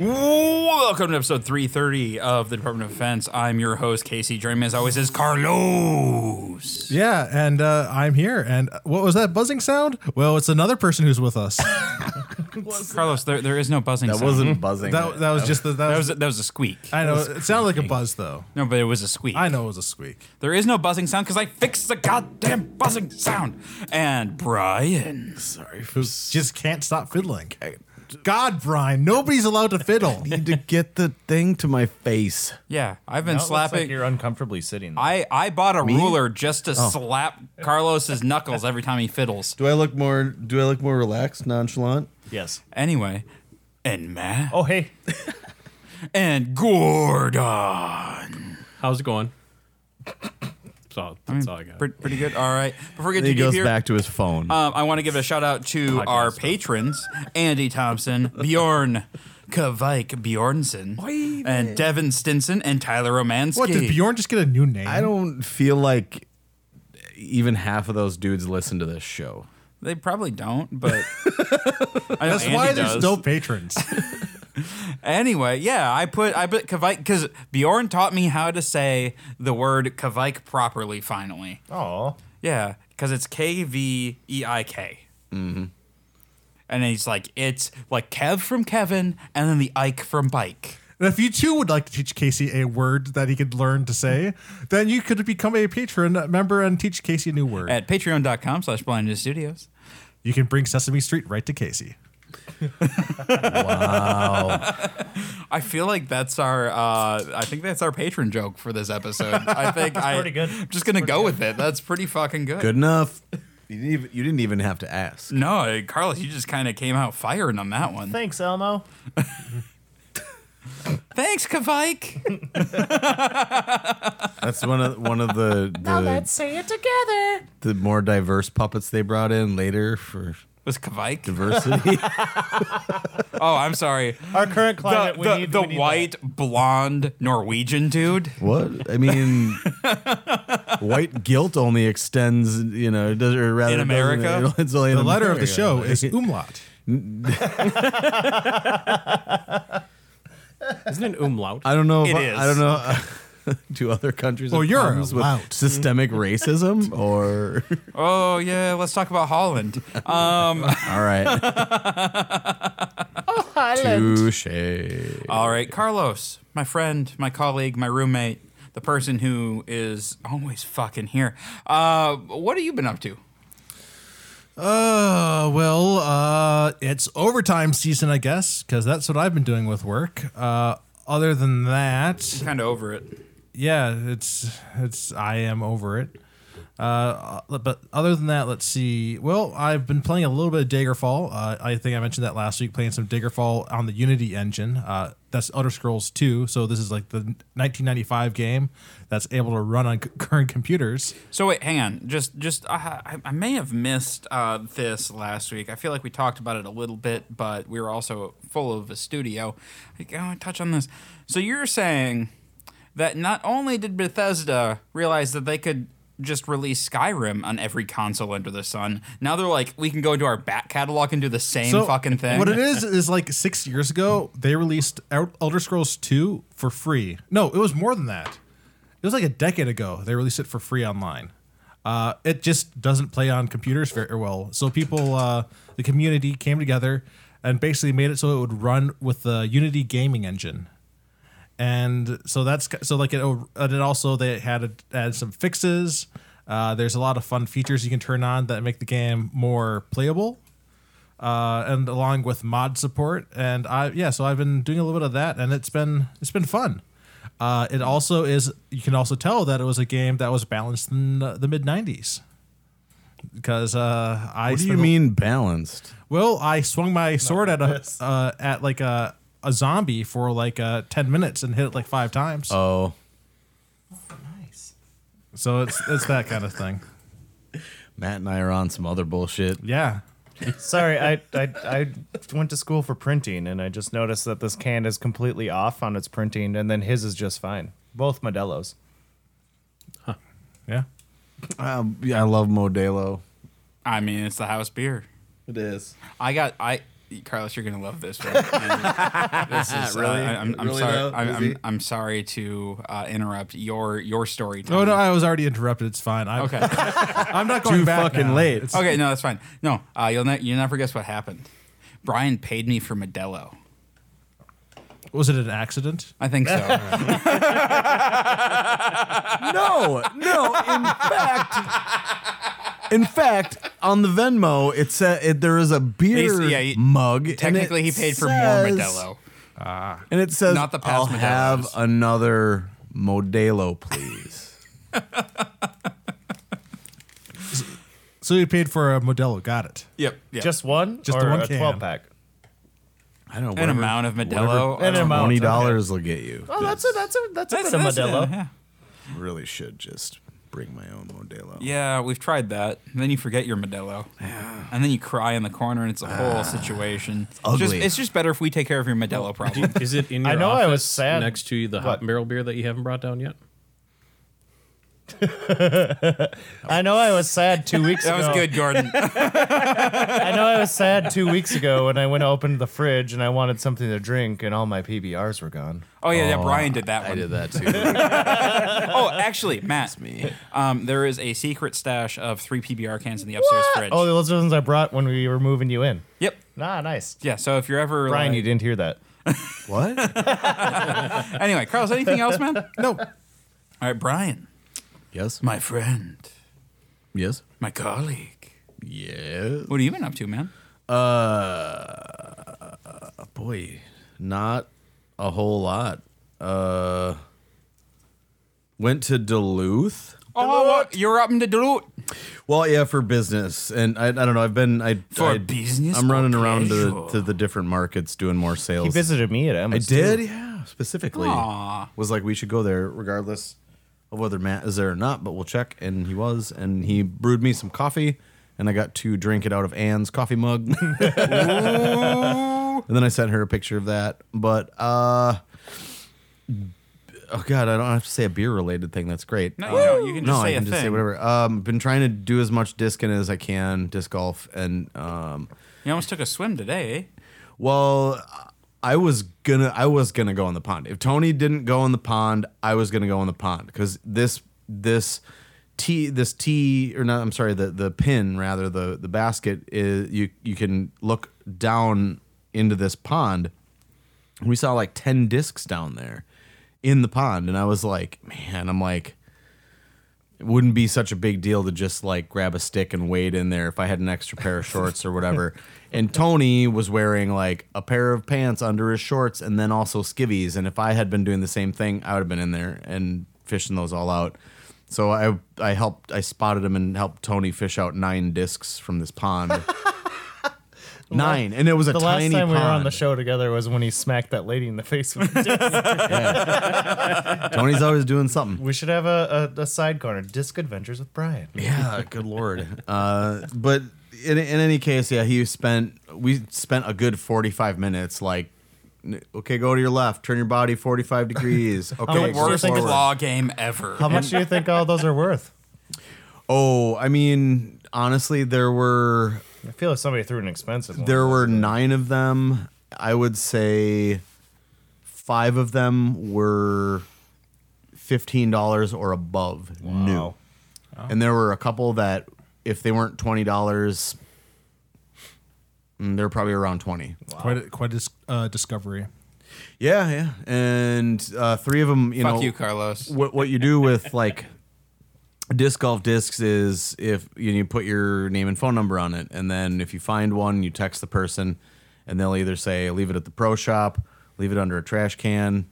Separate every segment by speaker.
Speaker 1: Welcome to episode 330 of the Department of Defense. I'm your host, Casey. Joining me as always is Carlos.
Speaker 2: Yeah, and uh, I'm here. And what was that buzzing sound? Well, it's another person who's with us.
Speaker 1: Carlos, there, there is no buzzing
Speaker 3: That
Speaker 1: sound.
Speaker 3: wasn't buzzing.
Speaker 2: That that was just the that
Speaker 1: that
Speaker 2: was.
Speaker 1: was a, that was a squeak.
Speaker 2: I know it sounded like a buzz though.
Speaker 1: No, but it was a squeak.
Speaker 2: I know it was a squeak.
Speaker 1: There is no buzzing sound because I fixed the goddamn buzzing sound. And Brian.
Speaker 2: Sorry, just can't stop fiddling. God, Brian, nobody's allowed to fiddle.
Speaker 3: need to get the thing to my face.
Speaker 1: Yeah, I've been
Speaker 4: Now it looks like
Speaker 1: slapping.
Speaker 4: you're uncomfortably sitting. There.
Speaker 1: I, I bought a ruler just to
Speaker 3: Oh.
Speaker 1: slap Carlos's knuckles every time he fiddles.
Speaker 3: Do I look more? Do I look more relaxed, nonchalant?
Speaker 4: yes.
Speaker 1: Anyway, and Matt
Speaker 4: Oh hey,
Speaker 1: and Gordon.
Speaker 5: How's it going? That's all, that's all I got.
Speaker 1: Pretty, pretty good. All right. Before we get
Speaker 3: He
Speaker 1: too deep
Speaker 3: goes
Speaker 1: here,
Speaker 3: back to his phone.
Speaker 1: um, I want to give a shout out to our patrons Andy Thompson, Bjorn Kavike Bjornson, and Devin Stinson, and Tyler Romansky.
Speaker 2: What did Bjorn just get a new name?
Speaker 3: I don't feel like even half of those dudes listen to this show.
Speaker 1: They probably don't, but I know
Speaker 2: That's
Speaker 1: Andy
Speaker 2: why there's
Speaker 1: does.
Speaker 2: no patrons.
Speaker 1: Anyway, yeah, I put I put Kavike because Bjorn taught me how to say the word Kavike properly. Finally,
Speaker 4: oh,
Speaker 1: yeah, because it's K V E I K.
Speaker 4: Mm-hmm.
Speaker 1: And he's like, it's like Kev from Kevin, and then the Ike from Bike.
Speaker 2: And if you too would like to teach Casey a word that he could learn to say, then you could become a patron member and teach Casey a new word.
Speaker 1: at patreon.com slash blind Ninja studios
Speaker 2: you can bring Sesame Street right to Casey.
Speaker 1: i feel like that's our uh i think that's our patron joke for this episode i think i
Speaker 4: pretty good.
Speaker 1: am just gonna go with it that's pretty fucking good,
Speaker 3: Good enough. You didn't even, you didn't even have to ask.
Speaker 1: no carlos you just kind of came out firing on that one
Speaker 4: thanks Elmo.
Speaker 1: thanks kavike
Speaker 3: That's one of one of the the,
Speaker 4: say it together.
Speaker 3: the more diverse puppets they brought in later for
Speaker 1: was kavike
Speaker 3: diversity.
Speaker 1: oh i'm sorry
Speaker 4: Our current
Speaker 1: the,
Speaker 4: climate, we
Speaker 1: the-
Speaker 4: need
Speaker 1: the
Speaker 4: we need that.
Speaker 1: white blonde norwegian dude
Speaker 3: what I mean, white guilt only extends. You know, does or rather
Speaker 1: In
Speaker 3: doesn't-
Speaker 1: America?
Speaker 3: It's only in
Speaker 2: The letter of the
Speaker 3: America.
Speaker 2: show is umlaut.
Speaker 5: Isn't it umlaut?
Speaker 3: I don't know. If
Speaker 1: It
Speaker 3: I,
Speaker 1: is.
Speaker 3: I don't know. do other countries
Speaker 2: Well,
Speaker 3: have
Speaker 2: you're
Speaker 3: problems with
Speaker 2: allowed. Mm-hmm.
Speaker 3: systemic racism? Or
Speaker 1: oh yeah let's talk about holland
Speaker 3: all
Speaker 1: um
Speaker 3: right, touche.
Speaker 1: All right, Carlos, my friend, my colleague, my roommate, the person who is always fucking here. Uh, what have you been up to?
Speaker 2: Uh, well, uh, it's overtime season, I guess, because that's what I've been doing with work. Uh, other than that,
Speaker 1: Kind of over it.
Speaker 2: yeah, it's it's I am over it. Uh, but other than that, let's see. Well, I've been playing a little bit of Daggerfall. Uh, I think I mentioned that last week, playing some Daggerfall on the Unity engine. Uh, that's Elder Scrolls 2, so this is like the 1995 game that's able to run on c- current computers.
Speaker 1: So wait, hang on. Just, just uh, I, I may have missed uh, this last week. I feel like we talked about it a little bit, but we were also full of a studio. I want to touch on this. So you're saying that not only did Bethesda realize that they could just release Skyrim on every console under the sun, now they're like, we can go to our back catalog and do the same fucking thing.
Speaker 2: What it is is like six years ago they released El- Elder Scrolls Two for free. No, it was more than that. It was like a decade ago they released it for free online. Uh, it just doesn't play on computers very well. So people, uh, the community came together and basically made it so it would run with the Unity gaming engine. And so that's so like it. oh, And it also they had added some fixes. Uh, there's a lot of fun features you can turn on that make the game more playable uh, and along with mod support. And I yeah, so I've been doing a little bit of that, and it's been it's been fun. Uh, it also is you can also tell that it was a game that was balanced in the, the mid '90s because uh, I
Speaker 3: What do you
Speaker 2: spent a-
Speaker 3: mean balanced?
Speaker 2: well, I swung my sword at a uh, at like a a zombie for like uh, ten minutes and hit it like five times.
Speaker 3: Oh,
Speaker 2: so it's it's that kind of thing.
Speaker 3: Matt and I are on some other bullshit.
Speaker 2: Yeah.
Speaker 4: Sorry, I, I I went to school for printing, and I just noticed that this can is completely off on its printing, and then his is just fine. Both Modelo's.
Speaker 2: Yeah. Uh,
Speaker 3: Um, yeah, I love Modelo.
Speaker 1: I mean, it's the house beer.
Speaker 3: It is.
Speaker 1: I got I Carlos, you're gonna love this one. this is really. I, am
Speaker 3: Really,
Speaker 1: sorry.
Speaker 3: though?
Speaker 1: I'm,
Speaker 3: Is
Speaker 1: I'm,
Speaker 3: he-
Speaker 1: I'm sorry to uh, interrupt your your story.
Speaker 2: Oh no,
Speaker 1: Tony.
Speaker 2: I was already interrupted. It's fine. I'm,
Speaker 1: Okay.
Speaker 2: I'm not going back.
Speaker 3: fucking
Speaker 2: now.
Speaker 3: late.
Speaker 2: It's-
Speaker 1: okay. No, that's fine. No, uh, you'll ne- you'll never guess what happened. Brian paid me for Modelo.
Speaker 2: was it an accident?
Speaker 1: I think so.
Speaker 3: No, no. In fact, in fact, on the Venmo, it said it, there is a beer
Speaker 1: He's- yeah, he-
Speaker 3: mug. and it
Speaker 1: Technically, he paid for
Speaker 3: says-
Speaker 1: more Modelo.
Speaker 3: and it says,
Speaker 1: Not the
Speaker 3: "I'll
Speaker 1: past Modelos.
Speaker 3: have another Modelo, please."
Speaker 2: So you paid for a Modelo. Got it.
Speaker 1: Yep. yep.
Speaker 4: Just one?
Speaker 2: Just
Speaker 4: or
Speaker 2: the one
Speaker 4: a
Speaker 2: can.
Speaker 4: 12 pack.
Speaker 3: I don't know
Speaker 1: an
Speaker 3: whatever-
Speaker 1: amount of
Speaker 3: whatever
Speaker 1: Modelo. I
Speaker 4: An
Speaker 1: don't-
Speaker 4: amount.
Speaker 3: Twenty dollars will get you.
Speaker 4: Oh, that's a that's a that's,
Speaker 1: That's-
Speaker 4: a bit of
Speaker 1: that's-
Speaker 4: Modelo.
Speaker 1: Yeah,
Speaker 3: Really should just bring my own Modelo.
Speaker 1: Yeah, we've tried that. And then you forget your Modelo. And then you cry in the corner, and it's a whole situation. It's just,
Speaker 3: ugly.
Speaker 1: it's just better if we take care of your Modelo problem.
Speaker 5: Is it in your
Speaker 4: I know I
Speaker 5: office
Speaker 4: was sad.
Speaker 5: next to the hot
Speaker 4: What?
Speaker 5: barrel beer that you haven't brought down yet?
Speaker 4: I know I was sad two weeks
Speaker 1: that
Speaker 4: ago.
Speaker 1: was good, Gordon.
Speaker 4: I know I was sad two weeks ago when I went to open the fridge and I wanted something to drink and all my PBRs were gone.
Speaker 1: Oh yeah, yeah. Brian did that one.
Speaker 3: I did that too.
Speaker 1: Oh, actually, Matt,
Speaker 3: me.
Speaker 1: um, there is a secret stash of three PBR cans in the upstairs fridge.
Speaker 4: Oh, those are the ones I brought when we were moving you in.
Speaker 1: yep.
Speaker 4: Nah, nice.
Speaker 1: Yeah. So if you're ever
Speaker 4: Brian,
Speaker 1: like-
Speaker 4: you didn't hear that.
Speaker 3: what?
Speaker 1: anyway, Carlos, anything else, man? All
Speaker 2: No.
Speaker 1: right, Brian,
Speaker 3: Yes.
Speaker 1: my friend,
Speaker 3: Yes.
Speaker 1: my colleague.
Speaker 3: Yes.
Speaker 1: What have you been up to, man?
Speaker 3: Boy, not a whole lot. Uh, went to Duluth.
Speaker 1: Oh, what? you're up in the Duluth.
Speaker 3: Well, yeah, for business, and I, I don't know. I've been I
Speaker 1: For
Speaker 3: I-
Speaker 1: business
Speaker 3: I'm
Speaker 1: or
Speaker 3: running around to,
Speaker 1: pleasure?
Speaker 3: to the different markets doing more sales.
Speaker 4: He visited me at Emma's.
Speaker 3: I
Speaker 4: too.
Speaker 3: did, yeah. Specifically,
Speaker 1: Aw.
Speaker 3: was like we should go there regardless of whether Matt is there or not. But we'll check, and he was, and he brewed me some coffee, and I got to drink it out of Anne's coffee mug. And then I sent her a picture of that. But uh oh god, I don't have to say a beer related thing. That's great.
Speaker 1: No,
Speaker 3: Uh,
Speaker 1: you don't. You can just
Speaker 3: no,
Speaker 1: say
Speaker 3: I can
Speaker 1: a
Speaker 3: just say
Speaker 1: thing.
Speaker 3: whatever. Um, been trying to do as much discing as I can, disc golf, and um,
Speaker 1: You almost took a swim today. eh?
Speaker 3: well, I was gonna, I was gonna go in the pond. If Tony didn't go in the pond, I was gonna go in the pond because this, this tee, this tee, or not, I'm sorry, the the pin rather, the the basket is you you can look down into this pond. We saw like ten discs down there in the pond, and I was like, man, I'm like. It wouldn't be such a big deal to just like grab a stick and wade in there if I had an extra pair of shorts or whatever. And Tony was wearing like a pair of pants under his shorts and then also skivvies. And if I had been doing the same thing, I would have been in there and fishing those all out. So I I helped I spotted him and helped Tony fish out nine discs from this pond. nine, and it was a
Speaker 4: The last
Speaker 3: tiny
Speaker 4: time we were on
Speaker 3: pond.
Speaker 4: the show together was when he smacked that lady in the face with a disc.
Speaker 3: Tony's always doing something.
Speaker 4: we should have a, a, a side corner, Disc Adventures with Brian.
Speaker 3: Yeah, good lord. Uh, but in, in any case, yeah, he spent we spent a good forty five minutes. Like, n- okay, go to your left, turn your body forty five degrees. Okay,
Speaker 4: much do
Speaker 3: go
Speaker 4: you
Speaker 1: Worst
Speaker 4: think
Speaker 3: forward.
Speaker 4: it's-
Speaker 1: claw game ever.
Speaker 4: How much do you think all those are worth?
Speaker 3: Oh, I mean, honestly, there were
Speaker 4: I feel like somebody threw an expensive one.
Speaker 3: there were nine of them. I would say five of them were fifteen dollars or above new, and there were a couple that if they weren't twenty dollars, mm, they're probably around twenty.
Speaker 2: Quite a, quite a dis- uh, discovery.
Speaker 3: Yeah, yeah, and uh, three of them, you
Speaker 1: Fuck
Speaker 3: know,
Speaker 1: you, Carlos.
Speaker 3: what what you do with like disc golf discs is if you, you put your name and phone number on it, and then if you find one, you text the person, and they'll either say leave it at the pro shop, leave it under a trash can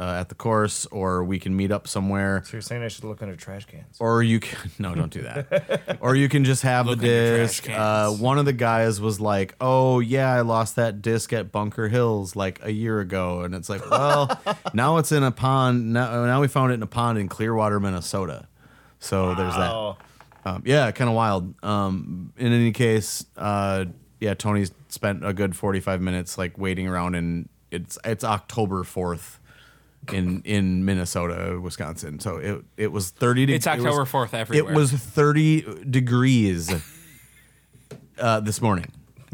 Speaker 3: uh, at the course, or we can meet up somewhere.
Speaker 4: So you're saying I should look under trash cans?
Speaker 3: Or you can no, don't do that. or you can just have
Speaker 1: Look
Speaker 3: the
Speaker 1: in your trash
Speaker 3: disc.
Speaker 1: cans.
Speaker 3: Uh, one of the guys was like, "Oh yeah, I lost that disc at Bunker Hills like a year ago," and it's like, "Well, now it's in a pond. Now, now we found it in a pond in Clearwater, Minnesota." So there's that.
Speaker 4: Oh,
Speaker 3: Um, yeah, kind of wild. Um, in any case, uh, yeah, Tony spent a good forty-five minutes like waiting around, and it's it's October fourth in in Minnesota, Wisconsin. So it it was thirty. de-
Speaker 1: It's
Speaker 3: it was-
Speaker 1: October 4th everywhere.
Speaker 3: It was thirty degrees uh, this morning.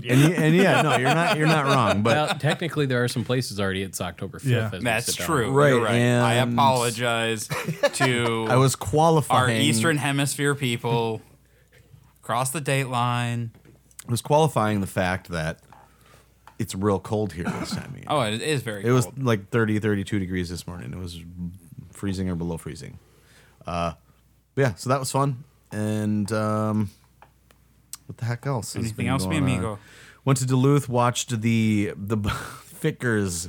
Speaker 3: And, y- and yeah, no, you're not you're not wrong, but
Speaker 5: Well, technically, there are some places already. It's October 5th.
Speaker 2: Yeah.
Speaker 5: as we
Speaker 1: That's
Speaker 5: sit down.
Speaker 1: true.
Speaker 3: Right,
Speaker 1: You're right. I
Speaker 3: and-
Speaker 1: apologize to
Speaker 3: I was
Speaker 1: our
Speaker 3: qualifying.
Speaker 1: Eastern Hemisphere people across the date line.
Speaker 3: I was qualifying the fact that it's real cold here this time. of year.
Speaker 1: Oh, it is very
Speaker 3: It was
Speaker 1: cold.
Speaker 3: like 30, 32 degrees this morning. It was freezing or below freezing. Uh, yeah, so that was fun. And um, what the heck else? has been
Speaker 1: Anything else, mi
Speaker 3: going on?
Speaker 1: amigo?
Speaker 3: Went to Duluth, watched the the Fickers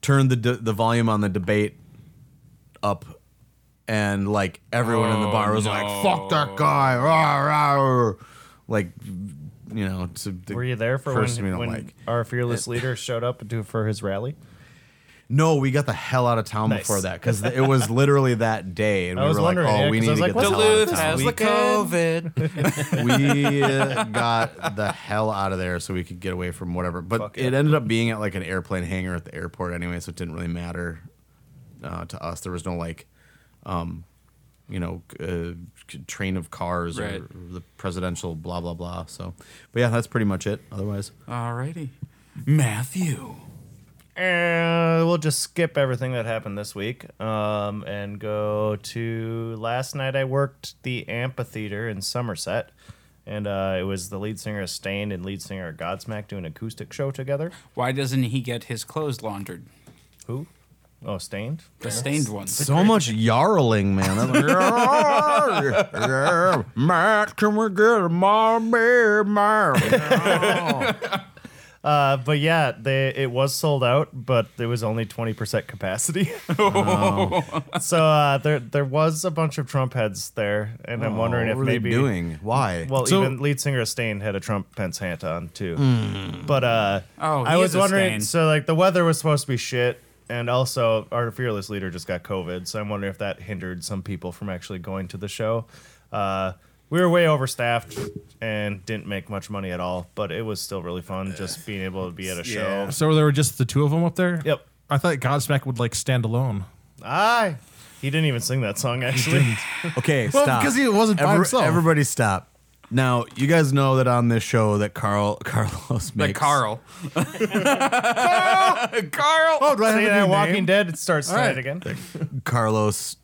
Speaker 3: turn the de- the volume on the debate up, and like everyone in the
Speaker 1: Oh,
Speaker 3: bar was like, "Fuck that guy!" Rawr, rawr. Like, you know, it's a, the
Speaker 4: Were you there for
Speaker 3: person we
Speaker 4: when,
Speaker 3: don't
Speaker 4: when
Speaker 3: like?
Speaker 4: our fearless leader showed up to, for his rally?
Speaker 3: No, we got the hell out of town
Speaker 4: Nice.
Speaker 3: before that because it was literally that day, and
Speaker 4: I
Speaker 3: we
Speaker 4: was
Speaker 3: were like, "Oh,
Speaker 4: wondering, yeah,
Speaker 3: we
Speaker 4: 'cause
Speaker 3: need
Speaker 4: I was
Speaker 3: to
Speaker 4: like,
Speaker 3: get the hell out of town."
Speaker 1: Duluth
Speaker 3: We-
Speaker 1: has the COVID.
Speaker 3: we uh, got the hell out of there so we could get away from whatever. But it ended up being at like an airplane hangar at the airport anyway, so it didn't really matter uh, to us. There was no like, um, you know, uh, c- train of cars
Speaker 1: Right.
Speaker 3: or the presidential blah blah blah. So, but yeah, that's pretty much it. Otherwise,
Speaker 1: Alrighty, Matthew.
Speaker 4: Uh, we'll just skip everything that happened this week um, and go to last night. I worked the amphitheater in Somerset, and uh, it was the lead singer of Stain and lead singer of Godsmack doing an acoustic show together.
Speaker 1: Why doesn't he get his clothes laundered?
Speaker 4: Who? Oh, Stained.
Speaker 1: The stained ones.
Speaker 3: so much yarling, man. I'm like, Matt, can we get a mommy, mommy?
Speaker 4: Uh, but yeah, they it was sold out, but it was only twenty percent capacity.
Speaker 3: Oh.
Speaker 4: so uh, there there was a bunch of Trump heads there, and I'm wondering if
Speaker 3: Oh, what are
Speaker 4: maybe
Speaker 3: they doing? Why?
Speaker 4: Well,
Speaker 2: So-
Speaker 4: even lead singer of Stain had a Trump Pence hat on too. But uh,
Speaker 1: Oh,
Speaker 4: I
Speaker 1: he
Speaker 4: was
Speaker 1: is a
Speaker 4: wondering.
Speaker 1: Stain.
Speaker 4: So like the weather was supposed to be shit, and also our fearless leader just got COVID. So I'm wondering if that hindered some people from actually going to the show. Uh, we were way overstaffed and didn't make much money at all, but it was still really fun just being able to be at a show.
Speaker 2: So there were just the two of them up there.
Speaker 4: Yep.
Speaker 2: I thought Godsmack would like stand alone.
Speaker 4: Aye. He didn't even sing that song actually.
Speaker 3: Okay,
Speaker 2: Well,
Speaker 3: stop.
Speaker 2: because he wasn't by himself.
Speaker 3: Everybody stop. Now, you guys know that on this show that Carl Carlos
Speaker 1: The
Speaker 3: makes
Speaker 1: Carl. Carl.
Speaker 3: Oh, do I have
Speaker 4: See
Speaker 3: a
Speaker 4: that
Speaker 3: new
Speaker 4: Walking
Speaker 3: name?
Speaker 4: Dead it starts tonight
Speaker 3: right.
Speaker 4: again.
Speaker 3: Carlos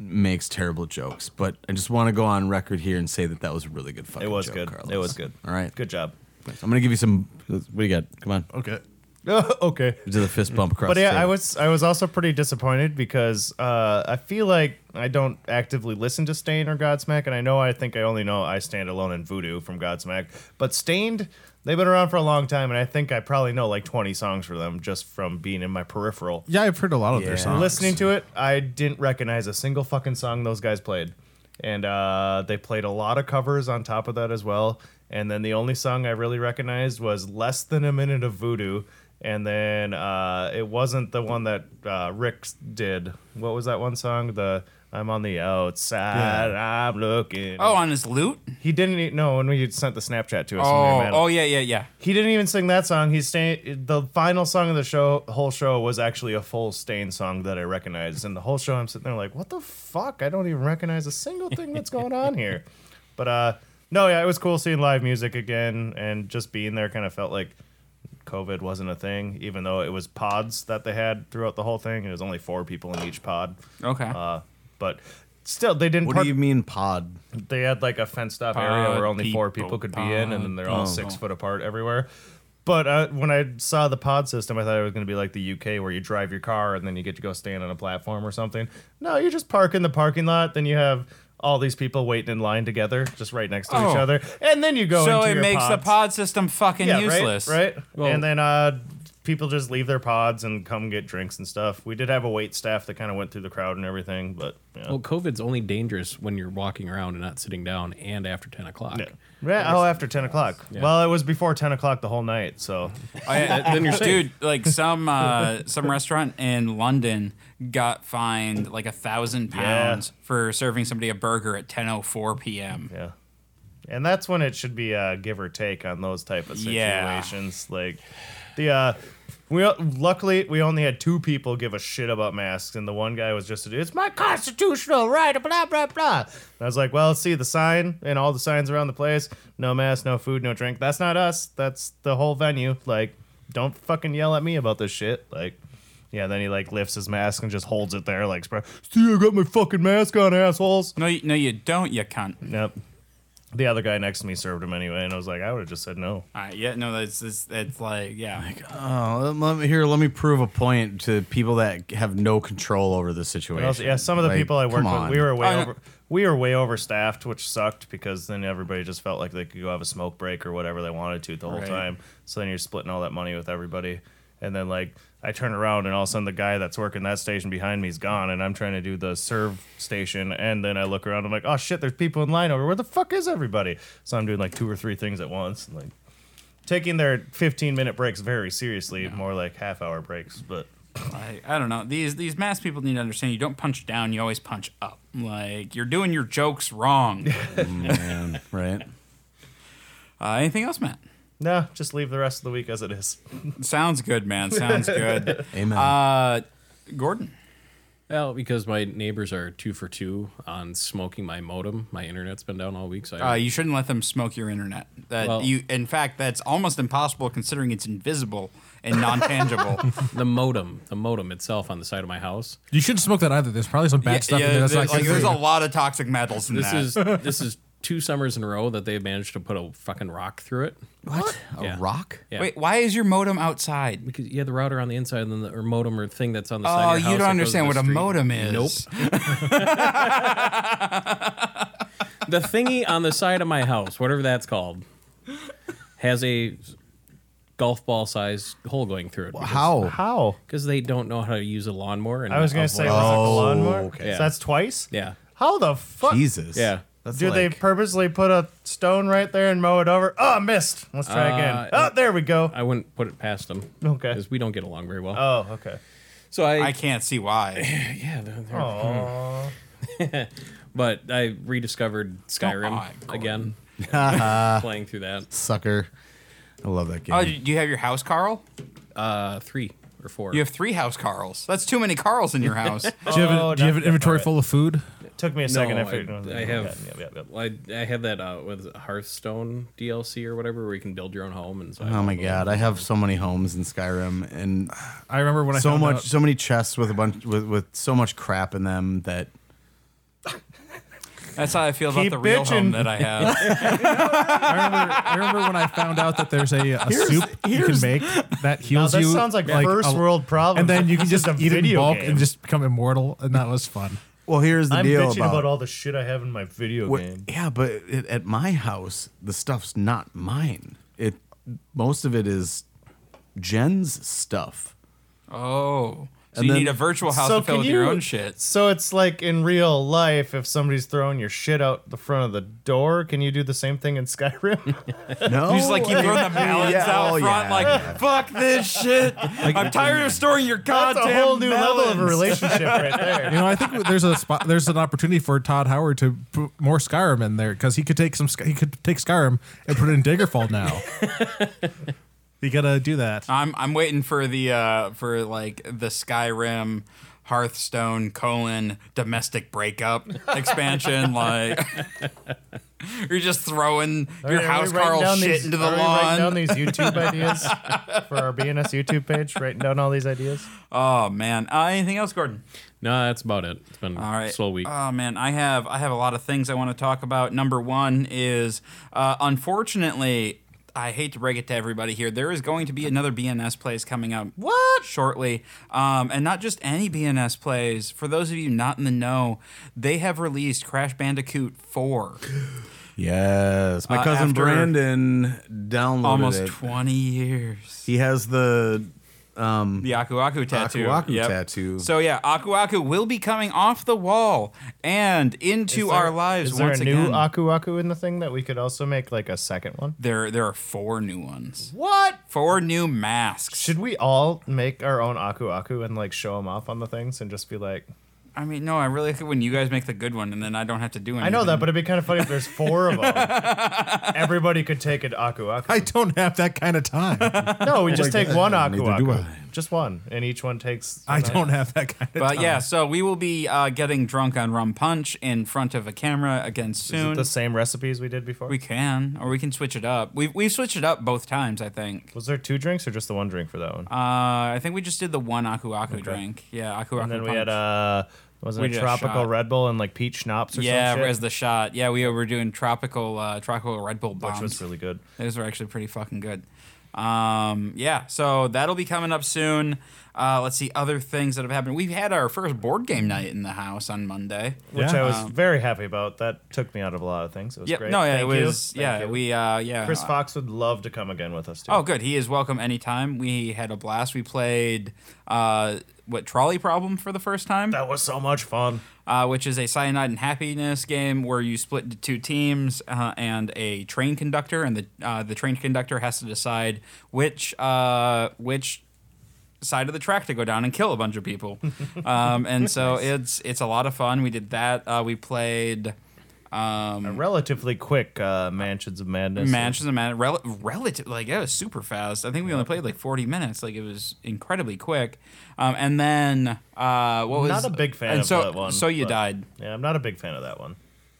Speaker 3: makes terrible jokes, but I just want to go on record here and say that that was a really good fucking.
Speaker 4: It was
Speaker 3: joke,
Speaker 4: good.
Speaker 3: Carlos.
Speaker 4: It was good.
Speaker 3: All right.
Speaker 4: Good job.
Speaker 3: I'm gonna give you some. What do you got? Come on.
Speaker 2: Okay.
Speaker 4: okay.
Speaker 3: Do the fist bump across.
Speaker 4: But
Speaker 3: the
Speaker 4: yeah, I
Speaker 3: table.
Speaker 4: was I was also pretty disappointed because uh, I feel like I don't actively listen to Stain or Godsmack, and I know I think I only know I Stand Alone and Voodoo from Godsmack. But Stained, they've been around for a long time, and I think I probably know like 20 songs for them just from being in my peripheral.
Speaker 2: Yeah, I've heard a lot of their songs.
Speaker 4: Listening to it, I didn't recognize a single fucking song those guys played. And uh, they played a lot of covers on top of that as well. And then the only song I really recognized was Less Than a Minute of Voodoo. And then uh, it wasn't the one that uh, Rick did. What was that one song? The I'm on the outside, I'm looking.
Speaker 1: Oh, on his loot.
Speaker 4: He didn't e- no when we sent the Snapchat to us. when we were
Speaker 1: Oh,
Speaker 4: mad at
Speaker 1: oh yeah, yeah, yeah.
Speaker 4: he didn't even sing that song. He's staying. The final song of the show, whole show, was actually a full Stain song that I recognized. And the whole show, I'm sitting there like, what the fuck? I don't even recognize a single thing that's going on here. But uh, no, yeah, it was cool seeing live music again, and just being there kind of felt like COVID wasn't a thing, even though it was pods that they had throughout the whole thing. It was only four people in each pod.
Speaker 1: Okay.
Speaker 4: Uh, but still, they didn't.
Speaker 3: What
Speaker 4: part-
Speaker 3: do you mean pod?
Speaker 4: they had like a fenced off area
Speaker 1: Pod
Speaker 4: where only four
Speaker 1: people,
Speaker 4: people could be in, and then they're all
Speaker 1: pod
Speaker 4: six
Speaker 1: people.
Speaker 4: foot apart everywhere. But uh, when I saw the pod system, I thought it was going to be like the UK where you drive your car and then you get to go stand on a platform or something. No, you just park in the parking lot, then you have all these people waiting in line together, just right next to each
Speaker 1: Oh.
Speaker 4: other, and then you go.
Speaker 1: so
Speaker 4: into
Speaker 1: Oh, it
Speaker 4: your
Speaker 1: makes the
Speaker 4: pods.
Speaker 1: pod system fucking
Speaker 4: yeah,
Speaker 1: useless.
Speaker 4: right? right? and then uh, people just leave their pods and come get drinks and stuff. We did have a wait staff that kind of went through the crowd and everything, but yeah.
Speaker 5: Well, COVID's only dangerous when you're walking around and not sitting down and after 10 o'clock.
Speaker 4: Yeah. Yeah, oh, after 10 o'clock. Well, it was before 10 o'clock the whole night, so.
Speaker 5: then you're safe.
Speaker 1: dude like some uh some restaurant in london got fined like a thousand pounds for serving somebody a burger at 10:04 p.m
Speaker 4: Yeah. And that's when it should be uh, give or take on those type of
Speaker 1: Yeah.
Speaker 4: situations. Like the uh we luckily we only had two people give a shit about masks, and the one guy was just it's my constitutional right, blah blah blah. And I was like, well, see the sign and all the signs around the place, no mask, no food, no drink. That's not us. That's the whole venue. Like, don't fucking yell at me about this shit. Like, yeah. Then he like lifts his mask and just holds it there, like, see, I got my fucking mask on, assholes.
Speaker 1: no you- no you don't you cunt
Speaker 4: Yep. The other guy next to me served him anyway, and I was like, I would have just said no.
Speaker 1: Uh, yeah no that's it's, it's like yeah
Speaker 3: Oh, let- let me, here, let me prove a point to people that have no control over the situation.
Speaker 4: Also, yeah, some of the
Speaker 3: Like,
Speaker 4: people I
Speaker 3: come
Speaker 4: worked with,
Speaker 3: on.
Speaker 4: we were way
Speaker 1: I know.
Speaker 4: over, we were way overstaffed, which sucked because then everybody just felt like they could go have a smoke break or whatever they wanted to the whole
Speaker 1: Right.
Speaker 4: time. So then you're splitting all that money with everybody, and then like I turn around and all of a sudden the guy that's working that station behind me is gone, and I'm trying to do the serve station, and then I look around, I'm like, oh shit, there's people in line over. Where the fuck is everybody? So I'm doing like two or three things at once, and, like taking their 15 minute breaks very seriously, more like half hour breaks, but.
Speaker 1: Like, I don't know. These these mass people need to understand. You don't punch down. You always punch up. Like you're doing your jokes wrong.
Speaker 3: Man, right?
Speaker 1: Uh, anything else, Matt?
Speaker 4: No, just leave the rest of the week as it is.
Speaker 1: Sounds good, man. Sounds good.
Speaker 3: Amen.
Speaker 1: Uh, Gordon.
Speaker 5: Well, because my neighbors are two for two on smoking my modem. My internet's been down all week, so
Speaker 1: Uh,
Speaker 5: I,
Speaker 1: you shouldn't let them smoke your internet. That
Speaker 5: Well-
Speaker 1: you, in fact, that's almost impossible considering it's invisible and non tangible.
Speaker 5: the modem, the modem itself on the side of my house.
Speaker 2: You shouldn't smoke that either. There's probably some bad stuff in there that's not
Speaker 1: like,
Speaker 2: good
Speaker 1: there's a
Speaker 2: for you.
Speaker 1: lot of toxic metals in
Speaker 5: This
Speaker 1: that.
Speaker 5: is this is two summers in a row that they've managed to put a fucking rock through it.
Speaker 3: What? A
Speaker 5: Yeah.
Speaker 3: rock?
Speaker 5: Yeah.
Speaker 1: Wait, why is your modem outside?
Speaker 5: Because you had the router on the inside and then the or modem or thing that's on the side.
Speaker 1: Oh,
Speaker 5: of your
Speaker 1: you
Speaker 5: house that
Speaker 1: don't
Speaker 5: goes
Speaker 1: understand
Speaker 5: to
Speaker 1: what
Speaker 5: the
Speaker 1: a
Speaker 5: street.
Speaker 1: modem is.
Speaker 5: Nope. the thingy on the side of my house, whatever that's called, has a golf ball sized hole going through it.
Speaker 3: How?
Speaker 4: How?
Speaker 5: Because they don't know how to use a lawnmower. And
Speaker 4: I was gonna
Speaker 5: avoid-
Speaker 4: say was like a lawnmower.
Speaker 3: okay.
Speaker 4: So that's twice.
Speaker 5: yeah.
Speaker 4: How the fuck?
Speaker 3: Jesus.
Speaker 5: Yeah.
Speaker 3: That's
Speaker 4: Do they
Speaker 3: like,
Speaker 4: purposely put a stone right there and mow it over? Oh, missed. Let's try again. Oh, there we go.
Speaker 5: I wouldn't put it past them.
Speaker 4: Okay.
Speaker 5: Because Uh, we don't get along very well.
Speaker 1: Uh,
Speaker 4: Oh, okay.
Speaker 5: so I,
Speaker 1: I can't see why.
Speaker 5: yeah, they're- they're-
Speaker 4: Aw.
Speaker 5: but I rediscovered Skyrim
Speaker 1: on, Gordon.
Speaker 5: again. playing through that.
Speaker 3: sucker. I love that game.
Speaker 1: Oh, do you have your house, Carl?
Speaker 5: Uh, three or four.
Speaker 1: You have three house Carls. That's too many Carls in your house.
Speaker 2: Do you have,
Speaker 4: Oh,
Speaker 2: an, do you have
Speaker 4: not-
Speaker 2: an inventory full of food?
Speaker 4: Took me a
Speaker 5: No,
Speaker 4: second. I, figured.
Speaker 5: I, I have.
Speaker 4: Yeah, yeah, yeah.
Speaker 5: I, I have that uh, with Hearthstone DLC or whatever, where you can build your own home. And so I
Speaker 3: Oh my
Speaker 5: built
Speaker 3: god, I have so many homes in Skyrim and
Speaker 2: I remember when I
Speaker 3: so
Speaker 2: found
Speaker 3: much
Speaker 2: out-
Speaker 3: so many chests with a bunch with, with so much crap in them that
Speaker 1: That's how I feel about
Speaker 4: Keep
Speaker 1: the real home
Speaker 4: bitching.
Speaker 1: that I have.
Speaker 2: I remember, I remember when I found out that there's a, a soup you can make that
Speaker 4: Now,
Speaker 2: heals
Speaker 4: this
Speaker 2: you.
Speaker 4: sounds like,
Speaker 2: a-
Speaker 4: first world problem.
Speaker 2: And then you can
Speaker 4: This is
Speaker 2: just
Speaker 4: a
Speaker 2: eat it in
Speaker 4: video
Speaker 2: bulk
Speaker 4: game.
Speaker 2: and just become immortal, and that was fun.
Speaker 3: Well, here's the
Speaker 4: I'm
Speaker 3: deal
Speaker 4: bitching about, all the shit I have in my video
Speaker 3: Wh-
Speaker 4: game.
Speaker 3: yeah, but it, at my house, the stuff's not mine. It most of it is Jen's stuff.
Speaker 1: Oh. So
Speaker 3: And
Speaker 1: you
Speaker 3: then-
Speaker 1: need a virtual house to fill with your own shit.
Speaker 4: So it's like in real life, if somebody's throwing your shit out the front of the door, can you do the same thing in Skyrim?
Speaker 3: No,
Speaker 1: You just like keep
Speaker 4: Oh,
Speaker 1: throwing the balance
Speaker 3: Yeah,
Speaker 1: out
Speaker 3: oh,
Speaker 1: front,
Speaker 3: yeah.
Speaker 1: like fuck this shit. I'm tired of storing your
Speaker 4: That's
Speaker 1: goddamn.
Speaker 4: a whole new level of a
Speaker 1: melons."
Speaker 4: relationship right there.
Speaker 2: You know, I think there's a spot, there's an opportunity for Todd Howard to put more Skyrim in there because he could take some Sky- he could take Skyrim and put it in Daggerfall now. you gotta do that.
Speaker 1: I'm I'm waiting for the uh for like the Skyrim, Hearthstone colon domestic breakup expansion. like you're just throwing your
Speaker 4: Are we
Speaker 1: house
Speaker 4: writing
Speaker 1: Carl
Speaker 4: down
Speaker 1: shit
Speaker 4: these-
Speaker 1: into
Speaker 4: are we
Speaker 1: the
Speaker 4: Writing down
Speaker 1: lawn.
Speaker 4: these YouTube ideas for our BNS YouTube page. Writing down all these ideas.
Speaker 1: Oh man. Uh, anything else, Gordon?
Speaker 5: No, that's about it. It's been
Speaker 1: All right.
Speaker 5: a slow week.
Speaker 1: Oh man, I have I have a lot of things I want to talk about. Number one is uh, unfortunately, I hate to break it to everybody here. There is going to be another BNS plays coming up. What? Shortly, um, and not just any BNS plays. For those of you not in the know, they have released Crash Bandicoot Four.
Speaker 3: yes, my
Speaker 1: Uh,
Speaker 3: cousin
Speaker 1: after-
Speaker 3: Brandon downloaded
Speaker 1: Almost
Speaker 3: it.
Speaker 1: twenty years.
Speaker 3: He has the
Speaker 1: the Aku Aku tattoo.
Speaker 3: Aku Aku
Speaker 1: Yep.
Speaker 3: tattoo.
Speaker 1: So yeah, Aku Aku will be coming off the wall and into
Speaker 4: Is
Speaker 1: our
Speaker 4: there-
Speaker 1: lives
Speaker 4: Is there
Speaker 1: once
Speaker 4: a new
Speaker 1: again.
Speaker 4: Aku Aku in the thing that we could also make like a second one?
Speaker 1: there, there are four new ones.
Speaker 4: What?
Speaker 1: Four new masks.
Speaker 4: Should we all make our own Aku Aku and like show them off on the things and just be like,
Speaker 1: I mean, no, I really like it when you guys make the good one, and then I don't have to do anything.
Speaker 4: I know that, but it'd be kind of funny if there's four of them. Everybody could take an Aku Aku.
Speaker 2: I don't have that kind of time.
Speaker 4: No, we just take one
Speaker 3: Neither
Speaker 4: Aku
Speaker 3: do
Speaker 4: Aku.
Speaker 3: I.
Speaker 4: Just one. And each one takes.
Speaker 2: I don't have that kind of
Speaker 1: But
Speaker 2: time.
Speaker 1: yeah, so we will be uh, getting drunk on rum punch in front of a camera again
Speaker 4: Is it
Speaker 1: soon.
Speaker 4: the same recipes we did before?
Speaker 1: we can, or we can switch it up. We've we've switched it up both times, I think.
Speaker 4: Was there two drinks or just the one drink for that one?
Speaker 1: Uh, I think we just did the one aku aku drink. Yeah, aku aku.
Speaker 4: and then
Speaker 1: punch.
Speaker 4: we had uh, was it
Speaker 1: We
Speaker 4: a
Speaker 1: did a
Speaker 4: tropical
Speaker 1: shot.
Speaker 4: Red Bull and like peach schnapps or
Speaker 1: yeah,
Speaker 4: some shit,
Speaker 1: as the shot. Yeah, we were doing tropical uh, tropical Red Bull bombs.
Speaker 4: which was really good.
Speaker 1: Those were actually pretty fucking good. Um, yeah, so that'll be coming up soon. Uh, let's see other things that have happened. We've had our first board game night in the house on Monday.
Speaker 4: Which
Speaker 2: Yeah.
Speaker 4: I was very happy about. That took me out of a lot of things. It was
Speaker 1: Um, Yep.
Speaker 4: great.
Speaker 1: No, yeah,
Speaker 4: Thank
Speaker 1: it
Speaker 4: you.
Speaker 1: was.
Speaker 4: Thank
Speaker 1: Yeah,
Speaker 4: you.
Speaker 1: we. Uh, yeah.
Speaker 4: Chris
Speaker 1: uh,
Speaker 4: Fox would love to come again with us too.
Speaker 1: Oh, good. He is welcome anytime. We had a blast. We played uh, what trolley problem for the first time,
Speaker 4: that was so much fun.
Speaker 1: uh, which is a cyanide and happiness game where you split into two teams uh, and a train conductor, and the uh, the train conductor has to decide which uh, which side of the track to go down and kill a bunch of people. um, and so it's it's a lot of fun. We did that. Uh, we played. Mm.
Speaker 4: A relatively quick uh, Mansions of Madness.
Speaker 1: Matches and matches, rel- relative, like it was super fast. I think we only played like 40 minutes. Like it was incredibly quick. Um, and then uh, what was
Speaker 4: Not a big fan
Speaker 1: and
Speaker 4: of
Speaker 1: so,
Speaker 4: that one,
Speaker 1: So you
Speaker 4: but-
Speaker 1: died.
Speaker 4: Yeah, I'm not a big fan of that one.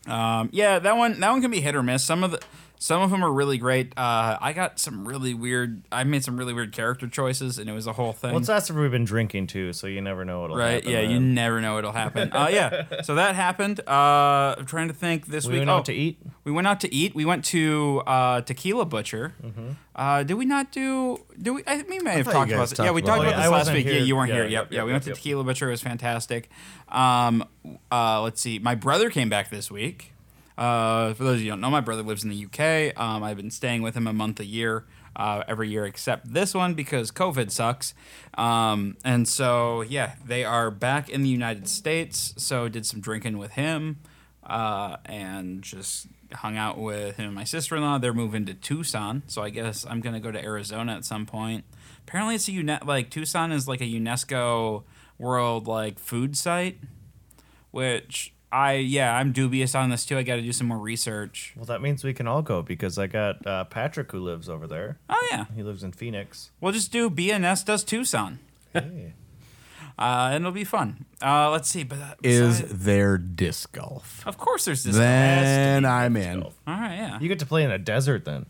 Speaker 1: Um, yeah, that one that one can be hit or miss. Some of the some of them are really great. Uh, I got some really weird. I made some really weird character choices, and it was a whole thing.
Speaker 4: Well, it's after we've been drinking too, so you never know what'll
Speaker 1: Right,
Speaker 4: happen.
Speaker 1: yeah, you
Speaker 4: then.
Speaker 1: never know what'll happen. Uh, yeah, so that happened. Uh, I'm trying to think this
Speaker 4: We
Speaker 1: week.
Speaker 4: went
Speaker 1: oh,
Speaker 4: out to eat.
Speaker 1: We went out to eat. We went to uh, Tequila Butcher. Uh, did we not do? Do we? I, we may have
Speaker 3: thought
Speaker 1: talked
Speaker 3: you
Speaker 1: about
Speaker 3: guys
Speaker 1: this. Yeah, we
Speaker 3: talked
Speaker 1: talked
Speaker 3: about it.
Speaker 1: about this
Speaker 4: I
Speaker 1: last
Speaker 4: wasn't
Speaker 1: week. Yeah,
Speaker 4: here.
Speaker 1: you weren't
Speaker 4: Yeah,
Speaker 1: here.
Speaker 4: yep,
Speaker 1: Yep, yeah,
Speaker 4: yep,
Speaker 1: we
Speaker 4: yep,
Speaker 1: went to
Speaker 4: yep.
Speaker 1: Tequila Butcher. It was fantastic. Um, uh, let's see. My brother came back this week. Uh, for those of you who don't know, my brother lives in the UK. Um, I've been staying with him a month a year, uh, every year except this one because COVID sucks. Um, and so, yeah, they are back in the United States. So, did some drinking with him uh, and just hung out with him and my sister in law. They're moving to Tucson. So, I guess I'm going to go to Arizona at some point. Apparently, it's a UNESCO, like, Tucson is like a UNESCO World, like, food site which I yeah I'm dubious on this too. I got to do some more research.
Speaker 4: Well, that means we can all go because I got uh, Patrick who lives over there.
Speaker 1: Oh yeah,
Speaker 4: He lives in Phoenix.
Speaker 1: we'll just do BNS does Tucson,
Speaker 4: Hey.
Speaker 1: uh, and it'll be fun. Uh, let's see, but uh,
Speaker 3: Is
Speaker 1: besides-
Speaker 3: there disc golf?
Speaker 1: of course there's this.
Speaker 3: Then I'm in.
Speaker 4: golf.
Speaker 1: All right, yeah,
Speaker 4: You get to play in a desert then.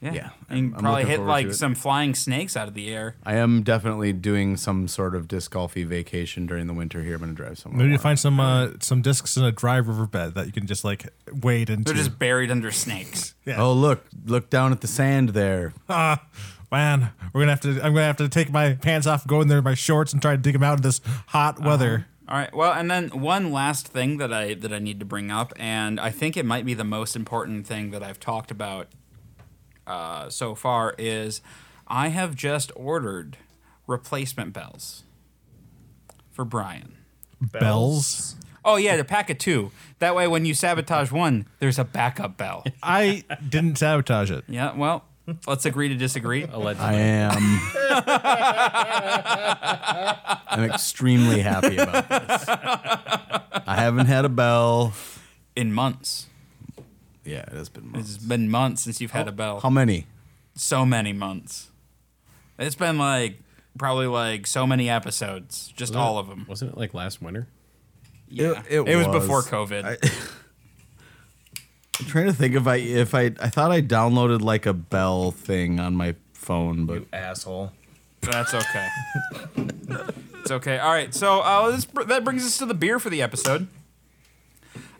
Speaker 1: yeah.
Speaker 3: yeah,
Speaker 1: You can
Speaker 3: I'm
Speaker 1: probably
Speaker 3: looking
Speaker 1: hit
Speaker 3: forward to
Speaker 1: like
Speaker 3: it.
Speaker 1: some flying snakes out of the air.
Speaker 3: I am definitely doing some sort of disc golfy vacation during the winter here. I'm gonna drive somewhere.
Speaker 2: Maybe you
Speaker 3: warm.
Speaker 2: find some uh, some discs in a dry riverbed that you can just like wade into.
Speaker 1: They're just buried under snakes.
Speaker 2: yeah.
Speaker 3: Oh look, look down at the sand there.
Speaker 2: man, we're gonna have to. I'm gonna have to take my pants off, go in there in my shorts, and try to dig them out in this hot weather.
Speaker 1: All right. Well, and then one last thing that I that I need to bring up, and I think it might be the most important thing that I've talked about uh, so far is I have just ordered replacement bells for Brian.
Speaker 2: Uh, Bells.
Speaker 1: Oh yeah, the pack of two. That way, when you sabotage one, there's a backup bell.
Speaker 2: I didn't sabotage it.
Speaker 1: Yeah. Well, let's agree to disagree.
Speaker 5: Allegedly.
Speaker 3: I am. I'm extremely happy about this. I haven't had a bell.
Speaker 1: In months,
Speaker 3: Yeah, it has been
Speaker 1: it's
Speaker 3: months.
Speaker 1: been months since you've had a bell.
Speaker 3: Oh, How many?
Speaker 1: so many months. It's been like probably like so many episodes, just all of them.
Speaker 5: Wasn't it like last winter?
Speaker 1: Yeah,
Speaker 3: it
Speaker 1: was,
Speaker 3: was.
Speaker 1: before COVID.
Speaker 3: I'm trying to think if I if I I thought I downloaded like a bell thing on my phone, but
Speaker 4: Asshole.
Speaker 1: That's okay. it's okay. All right. So uh, this, br- that brings us to the beer for the episode.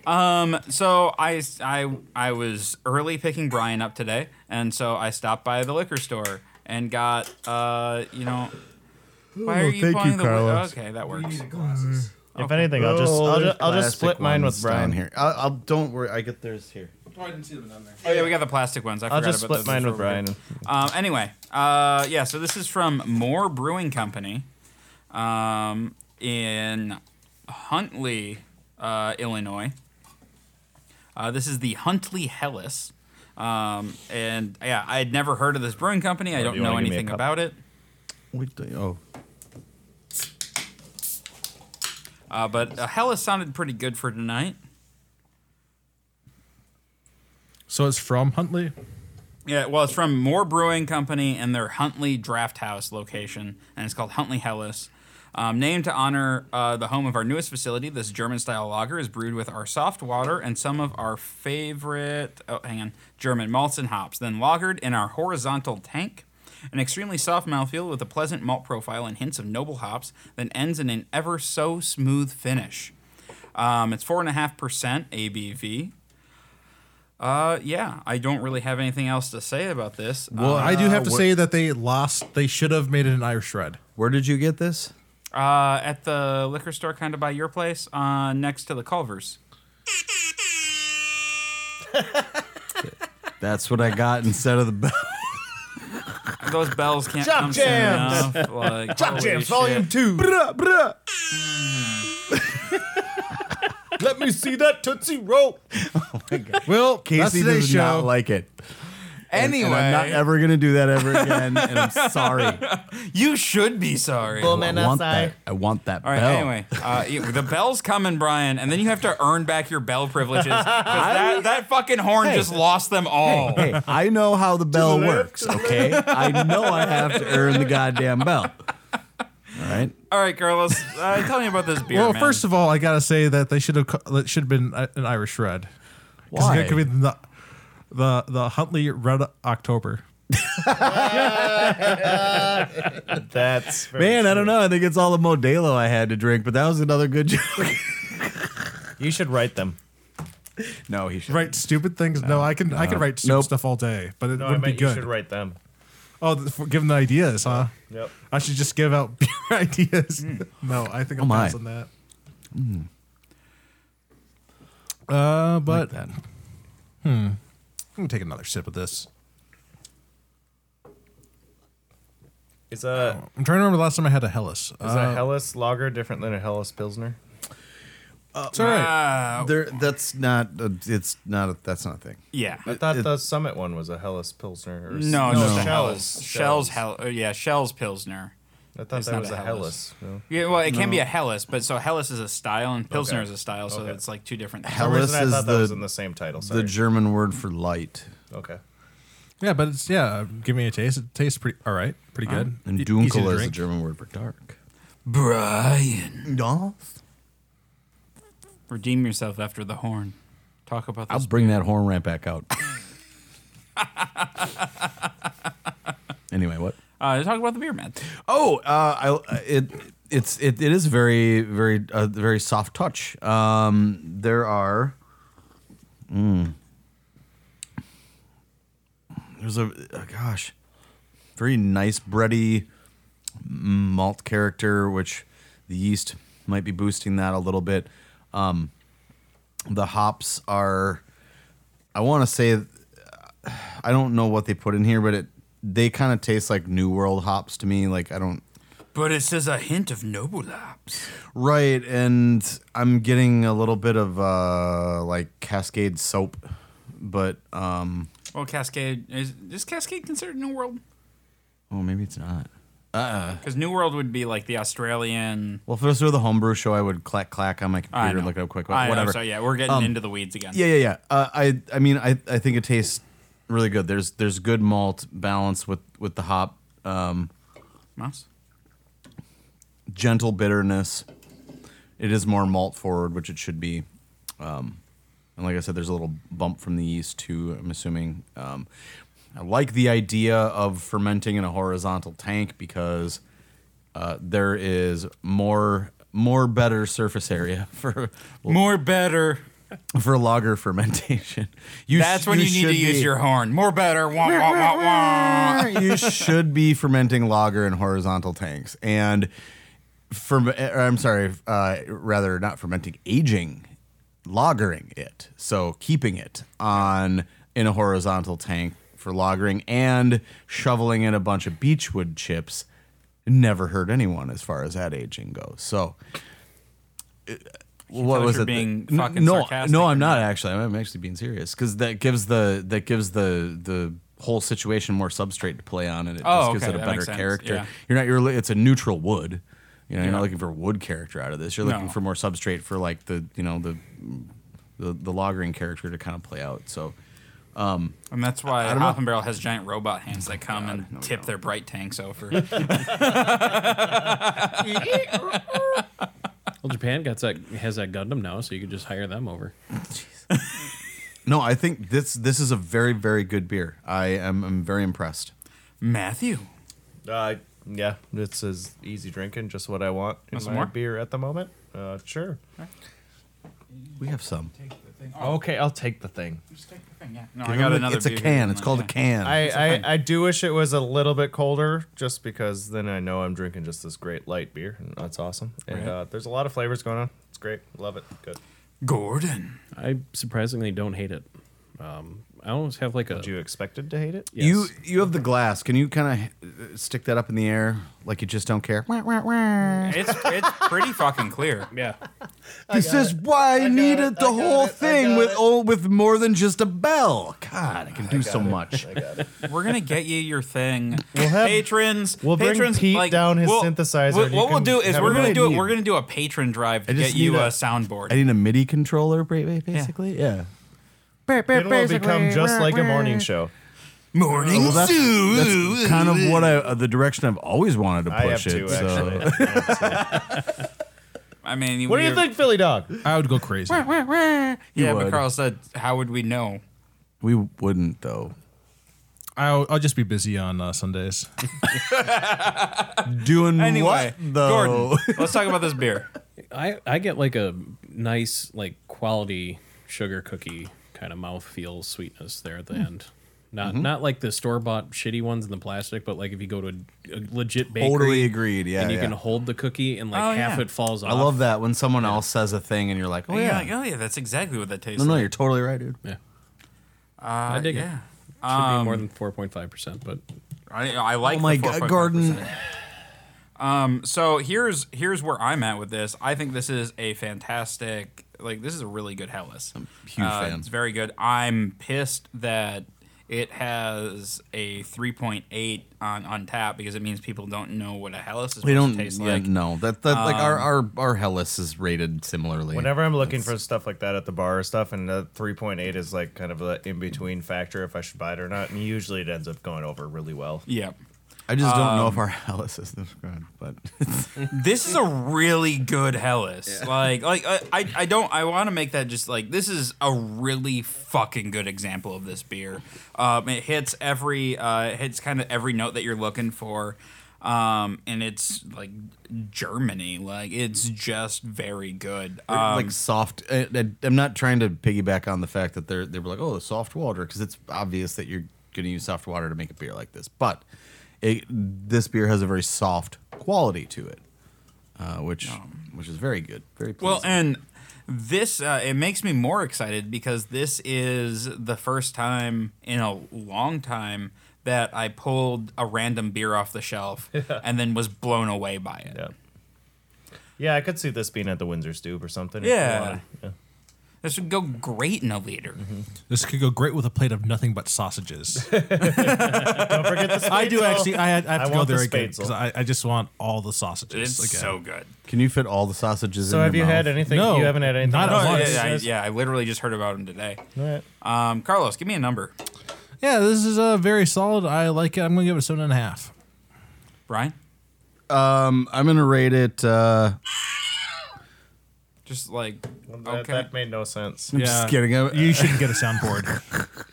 Speaker 1: Um. So I I I was early picking Brian up today, and so I stopped by the liquor store and got uh you know. Why are you
Speaker 3: thank
Speaker 1: buying
Speaker 3: you,
Speaker 1: the?
Speaker 3: Carlos.
Speaker 1: Okay, that works.
Speaker 4: If anything, I'll just I'll
Speaker 3: Oh,
Speaker 4: just, I'll
Speaker 3: there's
Speaker 4: just split
Speaker 3: plastic
Speaker 4: mine
Speaker 3: ones
Speaker 4: with
Speaker 3: down
Speaker 4: Brian.
Speaker 3: here. I'll, I'll don't worry. I get theirs here.
Speaker 2: Oh, I didn't see them down there.
Speaker 1: Oh yeah, we got the plastic ones. I
Speaker 4: I'll
Speaker 1: forgot
Speaker 4: just
Speaker 1: about
Speaker 4: split
Speaker 1: those
Speaker 4: mine with
Speaker 1: before we
Speaker 4: Brian.
Speaker 1: did. Um, anyway, uh, yeah. So this is from Moore Brewing Company, um, in Huntley, uh, Illinois. Uh, this is the Huntley Hellas, um, and yeah, I had never heard of this brewing company. I
Speaker 4: do
Speaker 1: don't
Speaker 4: you
Speaker 1: know
Speaker 4: wanna give me a
Speaker 1: anything
Speaker 4: cup?
Speaker 1: about it.
Speaker 3: Wait, oh,
Speaker 1: Uh, but uh, Hellas sounded pretty good for tonight.
Speaker 2: So it's from Huntley.
Speaker 1: Yeah, well, it's from Moore Brewing Company and their Huntley Draft House location, and it's called Huntley Hellas. Um, named to honor uh, the home of our newest facility, this German-style lager is brewed with our soft water and some of our favorite, oh, hang on, German malts and hops, then lagered in our horizontal tank. An extremely soft mouthfeel with a pleasant malt profile and hints of noble hops, then ends in an ever so smooth finish. Um, it's four and a half percent ABV. Uh, yeah, I don't really have anything else to say about this. Um,
Speaker 2: Well, I do have to
Speaker 3: Uh, what-
Speaker 2: say that they lost. They should have made it an Irish red.
Speaker 3: where did you get this?
Speaker 1: Uh, at the liquor store, kind of by your place, uh, next to the Culvers.
Speaker 3: That's what I got instead of the bell.
Speaker 1: Those bells can't
Speaker 4: Chop
Speaker 1: come
Speaker 4: jams!
Speaker 1: soon enough. Like,
Speaker 4: Chop
Speaker 1: holy
Speaker 4: Jams
Speaker 1: shit.
Speaker 4: Volume 2.
Speaker 3: Bruh, bruh.
Speaker 4: Let me see that Tootsie Roll.
Speaker 2: Well,
Speaker 3: Casey
Speaker 2: that's today's
Speaker 3: does
Speaker 2: show.
Speaker 3: not like it. And-
Speaker 1: Anyway,
Speaker 3: and I'm not ever gonna do that ever again, and I'm sorry.
Speaker 1: you should be sorry.
Speaker 4: Well,
Speaker 3: I
Speaker 4: man,
Speaker 3: want
Speaker 4: outside.
Speaker 3: that. I want that
Speaker 1: All right.
Speaker 3: bell.
Speaker 1: Anyway, uh, you- the bell's coming, Brian, and then you have to earn back your bell privileges. 'cause that, that fucking horn just lost them all.
Speaker 3: Hey, I know how the bell
Speaker 4: left,
Speaker 3: works. Okay, I know I have to earn the goddamn bell. All right.
Speaker 1: All right, Carlos, uh, tell me about this beer.
Speaker 2: well,
Speaker 1: man.
Speaker 2: first of all, I gotta say that they should have. co- It should have been i- an Irish red. 'Cause
Speaker 3: Why?
Speaker 2: It could be the the the Huntley Red October.
Speaker 4: That's very
Speaker 3: Man, I don't
Speaker 4: true.
Speaker 3: know. I think it's all the Modelo I had to drink, but that was another good joke.
Speaker 4: You should write them.
Speaker 3: no, he should.
Speaker 2: Write stupid things. No, I can I can write stupid
Speaker 3: Nope.
Speaker 2: stuff all day, but it
Speaker 4: No, I
Speaker 2: wouldn't be
Speaker 4: meant you should
Speaker 2: good.
Speaker 4: write them.
Speaker 2: oh, th- for giving the ideas, huh?
Speaker 4: Yep.
Speaker 2: I should just give out beer ideas.
Speaker 4: Hmm.
Speaker 2: No, I think I'll
Speaker 3: Oh my. Hmm.
Speaker 2: pass on that. Uh, but Hmm.
Speaker 3: That.
Speaker 2: I'm gonna take another sip of this.
Speaker 4: Is a
Speaker 2: I'm trying to remember the last time I had a Hellas.
Speaker 4: is
Speaker 2: Uh,
Speaker 4: a Hellas lager different than a Hellas Pilsner?
Speaker 2: it's all right.
Speaker 1: Uh,
Speaker 3: There, that's not. A, it's not. A, that's not a thing.
Speaker 1: yeah.
Speaker 4: I thought
Speaker 3: It-
Speaker 4: the Summit one was a Hellas Pilsner. Or
Speaker 1: No, it's just a
Speaker 4: Shells.
Speaker 1: Hellas. Shells, Hell, uh, yeah, Shells Pilsner.
Speaker 4: I thought
Speaker 1: It's
Speaker 4: that
Speaker 1: not
Speaker 4: was
Speaker 1: a
Speaker 4: a
Speaker 1: Hellas.
Speaker 4: Hellas. No.
Speaker 1: Yeah, well, it can be a Hellas, but so Hellas is a style and Pilsner
Speaker 4: Okay.
Speaker 1: is a style, so
Speaker 4: Okay.
Speaker 1: it's like two different things.
Speaker 4: For some
Speaker 3: Hellas
Speaker 4: reason, I
Speaker 3: is
Speaker 4: thought
Speaker 3: the-
Speaker 4: that was in the same title.
Speaker 3: The
Speaker 4: Sorry.
Speaker 3: German word for light.
Speaker 4: okay.
Speaker 2: Yeah, but it's yeah. Give me a taste. It tastes pretty all right. Pretty good.
Speaker 3: And
Speaker 2: E- easy to
Speaker 3: dunkel is the
Speaker 2: drink.
Speaker 3: German word for dark.
Speaker 1: Brian.
Speaker 3: No.
Speaker 1: Redeem yourself after the horn. Talk about
Speaker 3: I'll
Speaker 1: this.
Speaker 3: bring that horn right back out. anyway, what?
Speaker 1: Uh, talk about the beer, man.
Speaker 3: Oh, uh, I, it it's it, it is very very uh, very soft touch. Um, there are. hmm. Mm, there's a oh, gosh, very nice bready malt character, which the yeast might be boosting that a little bit. Um, the hops are, I want to say, I don't know what they put in here, but it they kind of taste like New World hops to me. Like I don't
Speaker 1: But it says a hint of noble hops.
Speaker 3: right, and I'm getting a little bit of uh like Cascade soap, but um
Speaker 1: Well, Cascade is is Cascade considered New World?
Speaker 3: oh maybe it's not.
Speaker 1: Because New World would be like the Australian.
Speaker 3: Well, if this were the homebrew show, I would clack clack on my
Speaker 1: I
Speaker 3: computer,
Speaker 1: know.
Speaker 3: look it up quick,
Speaker 1: I know,
Speaker 3: whatever.
Speaker 1: So yeah, we're getting into the weeds again.
Speaker 3: Yeah, yeah, yeah. Uh, I I mean I I think it tastes really good. There's there's good malt balance with with the hop, um,
Speaker 1: Mouse.
Speaker 3: gentle bitterness. It is more malt forward, which it should be. Um, and like I said, there's a little bump from the yeast too. I'm assuming. Um, I like the idea of fermenting in a horizontal tank because uh, there is more more better surface area for
Speaker 1: More better.
Speaker 3: for lager fermentation. You
Speaker 1: That's
Speaker 3: sh-
Speaker 1: when you, need to
Speaker 3: should
Speaker 1: use
Speaker 3: be-
Speaker 1: your horn. More better. Wah, wah, wah, wah.
Speaker 3: you should be fermenting lager in horizontal tanks eh, and for I'm sorry, uh, rather not fermenting, aging lagering it, so keeping it on in a horizontal tank for lagering and shoveling in a bunch of beechwood chips never hurt anyone as far as that aging goes. So what
Speaker 1: us
Speaker 3: was
Speaker 1: you're
Speaker 3: it?
Speaker 1: being
Speaker 3: N-
Speaker 1: fucking
Speaker 3: no,
Speaker 1: sarcastic
Speaker 3: no,
Speaker 1: or
Speaker 3: I'm not actually. I'm actually being serious because that gives the that gives the the whole situation more substrate to play on, and it just
Speaker 1: Oh,
Speaker 3: gives
Speaker 1: okay,
Speaker 3: it a
Speaker 1: that
Speaker 3: better
Speaker 1: makes sense,
Speaker 3: character.
Speaker 1: yeah.
Speaker 3: You're not. You're. li- It's a neutral wood. You know, you're not looking for a wood character out of this. You're looking
Speaker 1: No.
Speaker 3: for more substrate for like the you know the the, the lagering character to kind of play out. So
Speaker 1: And that's why Hop and Barrel has giant robot hands that come and tip their bright tanks over.
Speaker 5: Well, Japan got that has that Gundam now, so you can just hire them over.
Speaker 3: no, I think this this is a very very good beer. I am I'm very impressed.
Speaker 1: Matthew,
Speaker 4: Uh, yeah, it's as easy drinking, just what I want in
Speaker 1: Want some
Speaker 4: my
Speaker 1: more?
Speaker 4: beer at the moment. Uh, sure.
Speaker 3: We have some.
Speaker 1: Oh.
Speaker 4: Okay, I'll take the thing.
Speaker 1: just take the thing. Yeah. No, I got another.
Speaker 3: It's a
Speaker 1: beer here
Speaker 3: can.
Speaker 1: than
Speaker 3: It's
Speaker 1: that,
Speaker 3: called
Speaker 1: yeah.
Speaker 3: a can.
Speaker 4: I, I, I do wish it was a little bit colder, just because then I know I'm drinking just this great light beer, and that's awesome. And uh, there's a lot of flavors going on. It's great. Love it. Good.
Speaker 1: Gordon.
Speaker 5: I surprisingly don't hate it. Um, I almost have like a
Speaker 4: Did you expected to hate it?
Speaker 5: yes.
Speaker 3: You you have the glass. Can you kind of stick that up in the air like you just don't care?
Speaker 1: It's it's pretty fucking clear.
Speaker 5: yeah.
Speaker 3: This is why I, needed the whole thing with oh, with more than just a bell. God, I can do so much.
Speaker 1: We're gonna get you your thing.
Speaker 4: have-
Speaker 1: patrons.
Speaker 4: we'll bring
Speaker 1: patrons,
Speaker 4: Pete
Speaker 1: like,
Speaker 4: down his
Speaker 1: we'll-
Speaker 4: synthesizer
Speaker 1: What,
Speaker 4: and
Speaker 1: what
Speaker 4: you
Speaker 1: we'll
Speaker 4: can
Speaker 1: do is
Speaker 4: have
Speaker 1: we're
Speaker 4: a
Speaker 1: gonna
Speaker 3: really
Speaker 1: do it.
Speaker 3: need-
Speaker 1: We're gonna do a patron drive to
Speaker 3: I just
Speaker 1: get you
Speaker 3: need
Speaker 1: a,
Speaker 3: a-
Speaker 1: soundboard.
Speaker 3: I need a MIDI controller, ba- basically. Yeah.
Speaker 4: It will become just like a morning show.
Speaker 1: Morning
Speaker 3: Well, that's,
Speaker 1: zoo.
Speaker 3: that's kind of what I uh, the direction I've always wanted to
Speaker 4: I have
Speaker 3: push
Speaker 4: two
Speaker 3: it. so.
Speaker 4: actually.
Speaker 1: I mean,
Speaker 4: what do you
Speaker 1: we're-
Speaker 4: think, Philly Dog?
Speaker 2: I would go crazy.
Speaker 1: Yeah, but
Speaker 3: would.
Speaker 1: Carl said, "How would we know?"
Speaker 3: We wouldn't though.
Speaker 2: I'll, I'll just be busy on uh, Sundays.
Speaker 3: Doing
Speaker 1: Anyway,
Speaker 3: what though?
Speaker 1: Gordon, let's talk about this beer.
Speaker 5: I I get like a nice like quality sugar cookie kind of mouthfeel sweetness there
Speaker 3: Hmm.
Speaker 5: at the end. Not
Speaker 3: Mm-hmm.
Speaker 5: not like the store bought shitty ones in the plastic, but like if you go to a, a legit bakery
Speaker 3: Totally agreed. Yeah,
Speaker 5: and you
Speaker 3: yeah.
Speaker 5: can hold the cookie and like
Speaker 1: Oh,
Speaker 5: half
Speaker 1: yeah.
Speaker 5: it falls off.
Speaker 3: I love that when someone else says a thing and you're like, oh
Speaker 1: Oh, yeah.
Speaker 3: yeah.
Speaker 1: like, oh yeah, that's exactly what that tastes
Speaker 3: No, no,
Speaker 1: like.
Speaker 3: you're totally right, dude.
Speaker 5: Yeah.
Speaker 1: I
Speaker 5: dig it.
Speaker 1: yeah.
Speaker 5: Should be
Speaker 3: Um,
Speaker 5: more than four point five percent, but
Speaker 1: I, I like.
Speaker 3: Oh my
Speaker 1: the
Speaker 3: god,
Speaker 1: 4.5%.
Speaker 3: Gordon.
Speaker 1: So here's here's where I'm at with this. I think this is a fantastic. Like this is a really good Hellas. I'm
Speaker 3: huge fan.
Speaker 5: Uh,
Speaker 1: It's very good. I'm pissed that it has a 3.8 on on tap because it means people don't know what a Hellas is
Speaker 3: We
Speaker 1: supposed
Speaker 3: don't
Speaker 1: to taste
Speaker 3: yeah,
Speaker 1: like.
Speaker 3: no. That, that like our
Speaker 5: um,
Speaker 3: our our Hellas is rated similarly.
Speaker 4: Whenever I'm looking for stuff like that at the bar or stuff, and the 3.8 is like kind of the in between factor if I should buy it or not, and usually it ends up going over really well.
Speaker 1: Yeah.
Speaker 3: I just don't
Speaker 1: Um,
Speaker 3: know if our Hellas is this good, but
Speaker 1: This is a really good Hellas. Like, like I, I, I don't. I want to make that just like this is a really fucking good example of this beer. Um, it hits every, uh, it hits kind of every note that you're looking for, um, and it's like Germany. Like, it's just very good. Um,
Speaker 3: like soft. I, I, I'm not trying to piggyback on the fact that they're they were like oh the soft water because it's obvious that you're going to use soft water to make a beer like this, but it, this beer has a very soft quality to it, uh, which which is very good, very
Speaker 1: Well,
Speaker 3: pleasing.
Speaker 1: and this uh, it makes me more excited because this is the first time in a long time that I pulled a random beer off the shelf and then was blown away by it.
Speaker 4: Yeah. Yeah, I could see this being at the Windsor Stoop or something. if you
Speaker 1: Yeah. Mm-hmm.
Speaker 4: wanted. yeah.
Speaker 1: This would go great in a liter.
Speaker 2: This could go great with a plate of nothing but sausages.
Speaker 4: Don't forget the
Speaker 2: I do
Speaker 4: spadesel.
Speaker 2: actually. I, I have to
Speaker 4: I
Speaker 2: go
Speaker 4: want the
Speaker 2: there again because
Speaker 4: spadesel.
Speaker 2: I, I just want all the sausages. uh,
Speaker 1: It's
Speaker 2: again.
Speaker 1: so good.
Speaker 3: can you fit all the sausages?
Speaker 4: So
Speaker 3: in
Speaker 4: have you
Speaker 3: your mouth?
Speaker 4: had anything?
Speaker 2: No,
Speaker 4: you haven't had anything.
Speaker 2: not at
Speaker 4: else?
Speaker 1: Oh,
Speaker 2: once.
Speaker 1: yeah, I, yeah, I literally just heard about him today.
Speaker 4: All right.
Speaker 1: Um, Carlos, give me a number.
Speaker 2: Yeah, this is uh, very solid. I like it. I'm gonna give it a seven and a half.
Speaker 1: Brian,
Speaker 3: Um, I'm gonna rate it. Uh,
Speaker 1: just like
Speaker 4: That,
Speaker 1: okay.
Speaker 4: that made no sense.
Speaker 3: I'm just kidding.
Speaker 4: Uh,
Speaker 3: I-
Speaker 2: You shouldn't get a soundboard.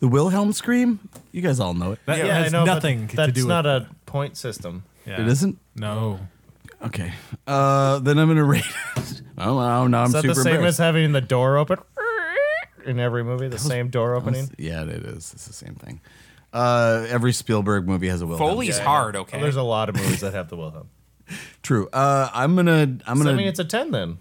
Speaker 3: The Wilhelm scream? You guys all know it.
Speaker 2: That
Speaker 4: I
Speaker 2: has
Speaker 4: know, but
Speaker 2: nothing to
Speaker 4: That's
Speaker 2: do with
Speaker 4: not a point system.
Speaker 2: yeah.
Speaker 3: It isn't?
Speaker 2: No.
Speaker 3: Okay. Uh, then I'm going to rate it. Oh, wow. Now I'm
Speaker 4: Is that
Speaker 3: super
Speaker 4: the same as
Speaker 3: embarrassed.
Speaker 4: having the door open in every movie? The same door opening.
Speaker 3: yeah, it is. It's the same thing. Uh, every Spielberg movie has a Wilhelm.
Speaker 4: Yeah,
Speaker 1: Foley's
Speaker 4: yeah.
Speaker 1: hard, okay.
Speaker 4: Oh, There's a lot of movies that have the Wilhelm.
Speaker 3: True. Uh, I'm going to, I'm
Speaker 4: So, I
Speaker 3: going
Speaker 4: mean,
Speaker 3: to,
Speaker 4: it's a ten then.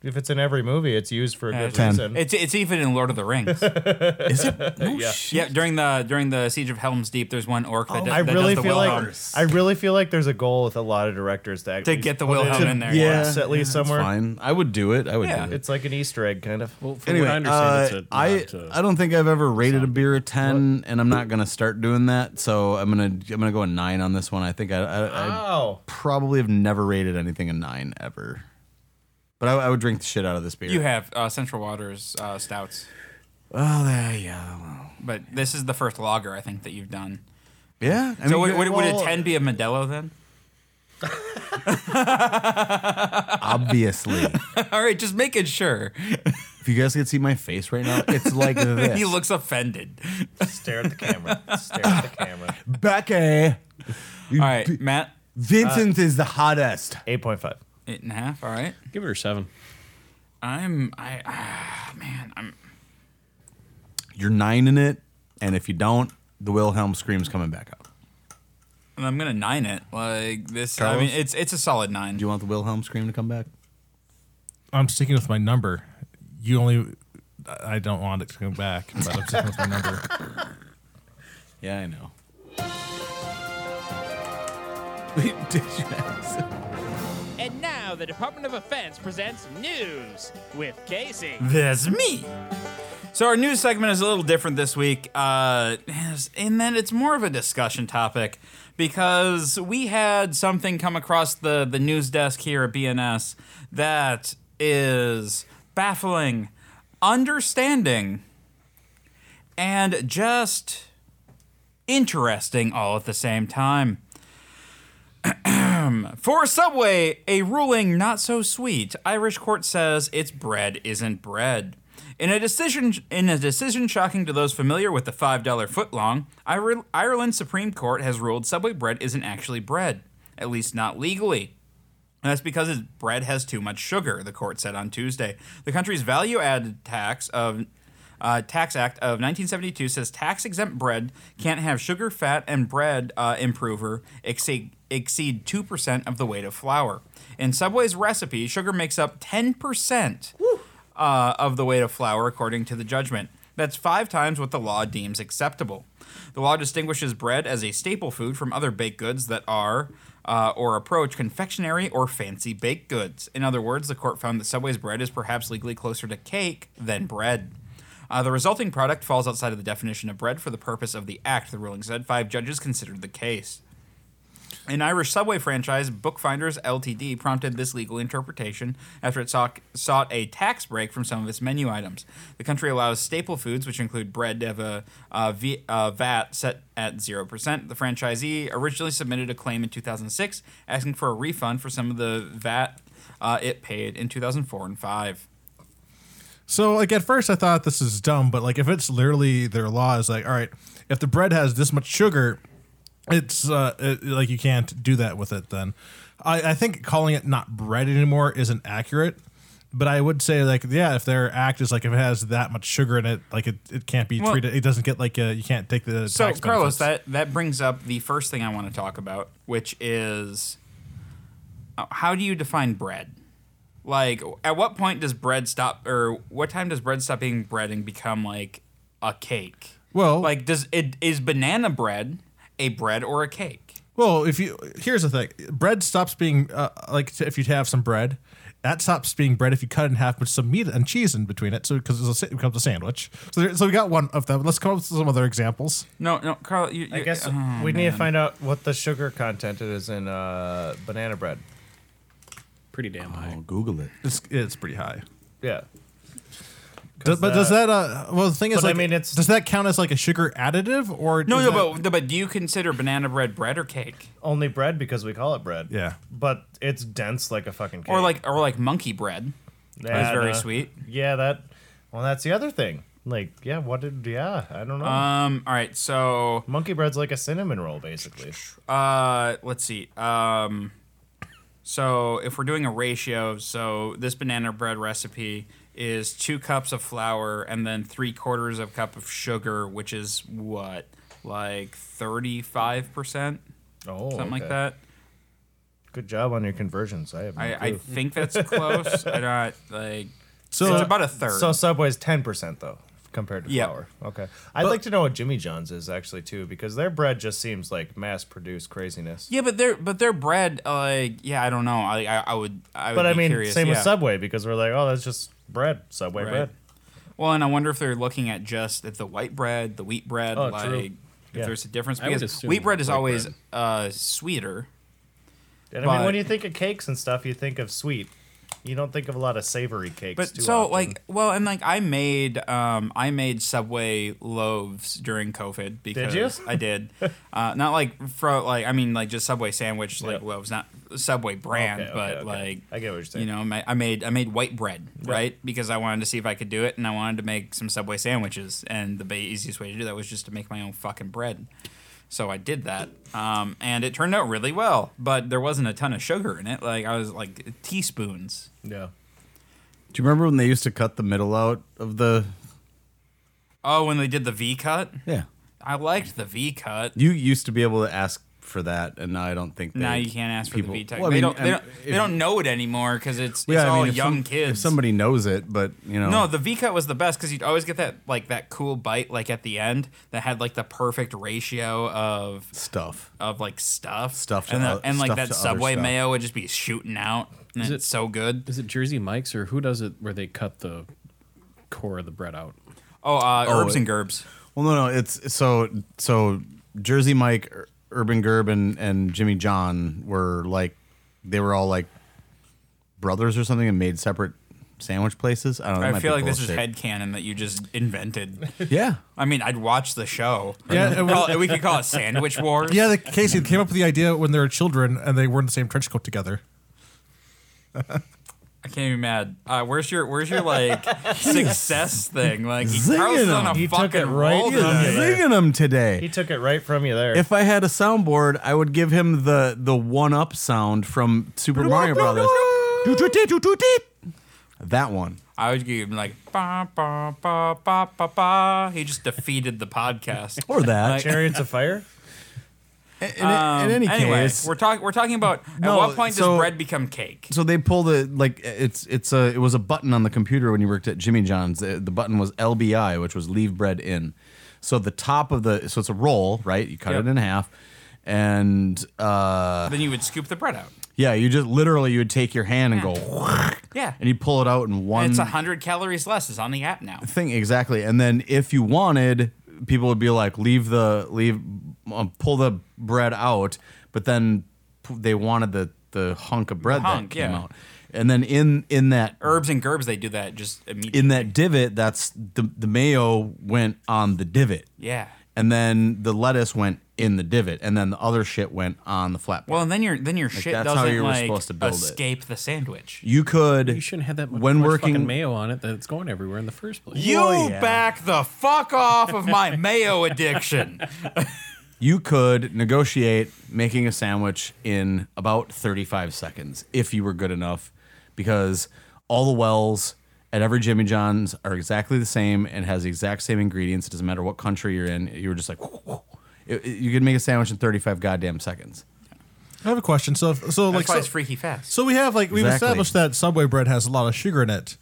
Speaker 4: If it's in every movie, it's used for a good
Speaker 1: it's-
Speaker 4: reason.
Speaker 1: It's it's even in Lord of the Rings.
Speaker 3: Is it? No shit.
Speaker 1: yeah, during the during the Siege of Helm's Deep, there's one orc that, does,
Speaker 4: Oh, I
Speaker 1: that
Speaker 4: really
Speaker 1: does the
Speaker 4: feel like
Speaker 1: Wilhelm.
Speaker 4: I really feel like there's a goal with a lot of directors to
Speaker 1: to
Speaker 4: actually
Speaker 1: get the
Speaker 4: put it
Speaker 1: Wilhelm in there.
Speaker 4: Yeah.
Speaker 3: that's
Speaker 4: at least somewhere.
Speaker 3: Fine. I would do it. I would
Speaker 1: Yeah.
Speaker 3: do it.
Speaker 4: It's like an Easter egg, kind of.
Speaker 5: Well, from
Speaker 3: Anyway,
Speaker 5: what I understand,
Speaker 3: uh,
Speaker 5: it's a
Speaker 3: I,
Speaker 5: nod to-
Speaker 3: I don't think I've ever rated a beer a ten, and I'm not gonna start doing that. So I'm gonna I'm gonna go a nine on this one. I think I, I, I
Speaker 4: Oh,
Speaker 3: probably have never rated anything a nine ever, but I, I would drink the shit out of this beer.
Speaker 1: You have uh, Central Waters uh, stouts,
Speaker 3: Oh yeah, yeah, well,
Speaker 1: but this is the first lager I think that you've done.
Speaker 3: yeah. I
Speaker 1: So
Speaker 3: mean,
Speaker 1: would, would, would a
Speaker 4: well-
Speaker 1: ten be a Modelo then?
Speaker 3: obviously,
Speaker 1: All right, just making sure.
Speaker 3: if you guys could see my face right now, it's like this.
Speaker 1: He looks offended.
Speaker 4: stare at the camera. stare at the camera.
Speaker 3: Becky.
Speaker 1: All right, Matt,
Speaker 3: Vincent is the hottest.
Speaker 4: Eight point five.
Speaker 1: eight and a half. All right,
Speaker 5: give it a seven.
Speaker 1: I'm I ah, man I'm
Speaker 3: You're nine in it, and if you don't, the Wilhelm scream's coming back up.
Speaker 1: I'm gonna nine it like this. I
Speaker 3: Carlos?
Speaker 1: mean, it's it's a solid nine.
Speaker 3: Do you want the Wilhelm scream to come back?
Speaker 2: I'm sticking with my number. You only. I don't want it to come back, but I'm sticking with my number.
Speaker 3: Yeah, I know. Did you ask?
Speaker 6: And now the Department of Defense presents news with Casey.
Speaker 1: That's me. So our news segment is a little different this week, uh, in that it's more of a discussion topic because we had something come across the the news desk here at BNS that is baffling, understanding, and just interesting all at the same time. For Subway, a ruling not so sweet. Irish court says its bread isn't bread. In a decision, in a decision shocking to those familiar with the five dollar footlong, Ire- Ireland Supreme Court has ruled Subway bread isn't actually bread, at least not legally. And that's because its bread has too much sugar, the court said on Tuesday. The country's value added tax of uh, Tax Act of 1972 says tax exempt bread can't have sugar, fat, and bread uh, improver exceed, exceed 2% of the weight of flour. In Subway's recipe, sugar makes up 10% uh, of the weight of flour, according to the judgment. That's five times what the law deems acceptable. The law distinguishes bread as a staple food from other baked goods that are uh, or approach confectionery or fancy baked goods. In other words, the court found that Subway's bread is perhaps legally closer to cake than bread. Uh, the resulting product falls outside of the definition of bread for the purpose of the act, the ruling said. Five judges considered the case. An Irish subway franchise, Bookfinders Ltd., prompted this legal interpretation after it sought, sought a tax break from some of its menu items. The country allows staple foods, which include bread, to have a uh, v, uh, VAT set at 0%. The franchisee originally submitted a claim in 2006 asking for a refund for some of the VAT uh, it paid in 2004 and 5.
Speaker 2: So like at first I thought this is dumb, but like if it's literally their law is like, all right, if the bread has this much sugar, it's uh it, like you can't do that with it. Then I, I think calling it not bread anymore isn't accurate. But I would say like yeah, if their act is like if it has that much sugar in it, like it, it can't be
Speaker 1: Well-
Speaker 2: treated. It doesn't get like a, you can't take the
Speaker 1: So,
Speaker 2: tax
Speaker 1: Carlos,
Speaker 2: benefits.
Speaker 1: that, that brings up the first thing I want to talk about, which is uh, how do you define bread? Like, at what point does bread stop, or what time does bread stop being bread and become like a cake?
Speaker 2: Well-
Speaker 1: like, does it is banana bread a bread or a cake?
Speaker 2: Well, if you here's the thing, bread stops being uh, like t- if you have some bread, that stops being bread if you cut it in half with some meat and cheese in between it, so because it becomes a sandwich. So, there, so we got one of them. Let's come up with some other examples.
Speaker 1: No, no, Carl. You,
Speaker 4: I
Speaker 1: you-
Speaker 4: guess
Speaker 1: oh,
Speaker 4: we need to
Speaker 1: man.
Speaker 4: find out what the sugar content is in uh, banana bread.
Speaker 5: Pretty damn high.
Speaker 3: I'll Google it.
Speaker 2: It's it's pretty high.
Speaker 4: Yeah.
Speaker 2: Does, but does
Speaker 4: that-
Speaker 2: that uh, well the thing is
Speaker 4: But I
Speaker 2: like
Speaker 4: mean, it's-
Speaker 2: does that count as like a sugar additive or
Speaker 1: No,
Speaker 2: is
Speaker 1: no,
Speaker 2: that-
Speaker 1: but but do you consider banana bread bread or cake,
Speaker 4: Only bread because we call it bread.
Speaker 2: Yeah.
Speaker 4: But it's dense like a fucking cake.
Speaker 1: or like or like monkey bread?
Speaker 4: yeah,
Speaker 1: it's very
Speaker 4: no.
Speaker 1: sweet.
Speaker 4: Yeah, that. Well, that's the other thing. Like, yeah, what did? Yeah, I don't know.
Speaker 1: Um. All right. So
Speaker 4: Monkey bread's like a cinnamon roll, basically.
Speaker 1: Uh, let's see. Um, so if we're doing a ratio, so this banana bread recipe is two cups of flour and then three quarters of cup of sugar, which is what, like thirty five percent,
Speaker 4: Oh,
Speaker 1: something like that.
Speaker 4: Good job on your conversions. I have no
Speaker 1: I, I
Speaker 4: clue.
Speaker 1: think that's close. I not like.
Speaker 2: So-
Speaker 1: So it's about a third.
Speaker 4: So Subway's ten percent though compared to
Speaker 1: Yeah.
Speaker 4: flour. Okay, I'd like to know what Jimmy John's is actually too because their bread just seems like mass-produced craziness.
Speaker 1: yeah, but their but their bread, like yeah, I don't know. I I, I would. I would
Speaker 4: but I
Speaker 1: be
Speaker 4: mean,
Speaker 1: curious.
Speaker 4: same with
Speaker 1: yeah.
Speaker 4: Subway because we're like, oh, that's just bread, Subway
Speaker 1: Right.
Speaker 4: bread.
Speaker 1: Well, and I wonder if they're looking at just at the white bread, the wheat bread,
Speaker 4: Oh,
Speaker 1: like
Speaker 4: true.
Speaker 1: if
Speaker 4: Yeah.
Speaker 1: there's a difference
Speaker 5: I would
Speaker 1: because
Speaker 5: assume
Speaker 1: wheat bread is
Speaker 5: white
Speaker 1: always
Speaker 5: bread.
Speaker 1: uh sweeter.
Speaker 4: And I mean, when
Speaker 1: But-
Speaker 4: you think of cakes and stuff, you think of sweet. You don't think of a lot of savory cakes.
Speaker 1: But
Speaker 4: too
Speaker 1: so
Speaker 4: often.
Speaker 1: like well, and like I made um I made Subway loaves during COVID because
Speaker 4: you?
Speaker 1: I did. uh, not like fro like I mean like just Subway sandwich like
Speaker 4: Yeah.
Speaker 1: loaves, not Subway brand,
Speaker 4: Okay, okay,
Speaker 1: but
Speaker 4: okay.
Speaker 1: like
Speaker 4: I get what you're saying.
Speaker 1: You know, ma- I made I made white bread right because I wanted to see if I could do it, and I wanted to make some Subway sandwiches, and the ba- easiest way to do that was just to make my own fucking bread. So I did that, um, and it turned out really well. But there wasn't a ton of sugar in it. Like I was like teaspoons.
Speaker 4: yeah.
Speaker 3: Do you remember when they used to cut the middle out of the?
Speaker 1: Oh, when they did the V cut.
Speaker 3: Yeah.
Speaker 1: I liked the V cut.
Speaker 3: You used to be able to ask for that, and now I don't think. They,
Speaker 1: Now you can't ask for
Speaker 3: people-
Speaker 1: the V cut.
Speaker 3: Well, I
Speaker 1: they
Speaker 3: mean,
Speaker 1: don't. They
Speaker 3: um,
Speaker 1: don't, they
Speaker 3: if-
Speaker 1: don't know it anymore because it's, it's
Speaker 3: Yeah, I
Speaker 1: all
Speaker 3: mean, if
Speaker 1: young
Speaker 3: some- If
Speaker 1: kids.
Speaker 3: somebody knows it, but you know.
Speaker 1: no, the V cut was the best because you'd always get that like that cool bite like at the end that had like the perfect ratio of
Speaker 3: stuff.
Speaker 1: of like stuff
Speaker 3: Stuff to
Speaker 1: and, the-
Speaker 3: oth-
Speaker 1: and like
Speaker 3: stuff
Speaker 1: that
Speaker 3: to other
Speaker 1: Subway
Speaker 3: stuff.
Speaker 1: mayo would just be shooting out. And
Speaker 5: Is
Speaker 1: it's
Speaker 5: it-
Speaker 1: so good.
Speaker 5: Is it Jersey Mike's or who does it where they cut the core of the bread out?
Speaker 1: Oh, uh,
Speaker 3: Oh,
Speaker 1: herbs
Speaker 3: it-
Speaker 1: and gerbs.
Speaker 3: Well, no, no. It's so so. Jersey Mike, Ur- Urban Gerb, and and Jimmy John were like, they were all like brothers or something, and made separate sandwich places. I don't. know. that
Speaker 1: I
Speaker 3: might
Speaker 1: feel
Speaker 3: be
Speaker 1: like this is
Speaker 3: bullshit.
Speaker 1: headcanon that you just invented.
Speaker 3: Yeah.
Speaker 1: I mean, I'd watch the show.
Speaker 2: Yeah, it was-
Speaker 1: Call it- we could call it Sandwich Wars.
Speaker 2: Yeah, the, Casey came up with the idea when they were children and they were in the same trench coat together.
Speaker 1: I can't be mad. Uh, where's your Where's your like success thing? Like he Carl's on a
Speaker 4: He took
Speaker 1: fucking
Speaker 4: it right
Speaker 1: roll
Speaker 4: in.
Speaker 1: today.
Speaker 3: Zinging them today.
Speaker 4: He took it right from you there.
Speaker 3: If I had a soundboard, I would give him the the one up sound from Super Mario Brothers. That one.
Speaker 1: I would give him like ba ba ba ba ba ba. He just defeated the podcast.
Speaker 3: Or that.
Speaker 1: Like, um,
Speaker 4: Chariots of Fire.
Speaker 3: In, in- in any
Speaker 1: anyway,
Speaker 3: case,
Speaker 1: we're talking we're talking about
Speaker 3: No,
Speaker 1: at what point
Speaker 3: so-
Speaker 1: does bread become cake?
Speaker 3: so they pull the like it's it's a it was a button on the computer when you worked at Jimmy John's. The, the button was LBI, which was leave bread in. So the top of the so it's a roll, right? You cut
Speaker 1: Yep.
Speaker 3: it in half, and uh,
Speaker 1: Then you would scoop the bread out.
Speaker 3: yeah, you just literally you would take your hand and go,
Speaker 1: Yeah,
Speaker 3: and you pull it out in one.
Speaker 1: and it's hundred calories less. It's on the app now.
Speaker 3: thing exactly and then if you wanted people would be like leave the leave um, pull the bread out but then p- they wanted the the hunk of bread
Speaker 1: hunk,
Speaker 3: that came
Speaker 1: yeah.
Speaker 3: out and then in in that
Speaker 1: Herbs and gerbs, they do that just immediately.
Speaker 3: in that divot that's the the mayo went on the divot
Speaker 1: yeah.
Speaker 3: and then the lettuce went in the divot and then the other shit went on the flat
Speaker 1: Well, and then your then your shit
Speaker 3: that's how
Speaker 1: doesn't
Speaker 3: you were
Speaker 1: like
Speaker 3: supposed to build it.
Speaker 1: escape the sandwich.
Speaker 3: you could
Speaker 5: You shouldn't have that much,
Speaker 3: when
Speaker 5: much
Speaker 3: working
Speaker 5: fucking mayo on it that it's going everywhere in the first place.
Speaker 1: You
Speaker 3: Well, yeah.
Speaker 1: back the fuck off of my mayo addiction.
Speaker 3: you could negotiate making a sandwich in about 35 seconds if you were good enough because all the wells at every Jimmy John's are exactly the same and has the exact same ingredients. It doesn't matter what country you're in. You were just like, It- it- you could make a sandwich in 35 goddamn seconds.
Speaker 2: I have a question. So, if- so like,
Speaker 1: That's why
Speaker 2: so,
Speaker 1: it's freaky fast.
Speaker 2: so we have like we've
Speaker 3: Exactly.
Speaker 2: established that Subway bread has a lot of sugar in it,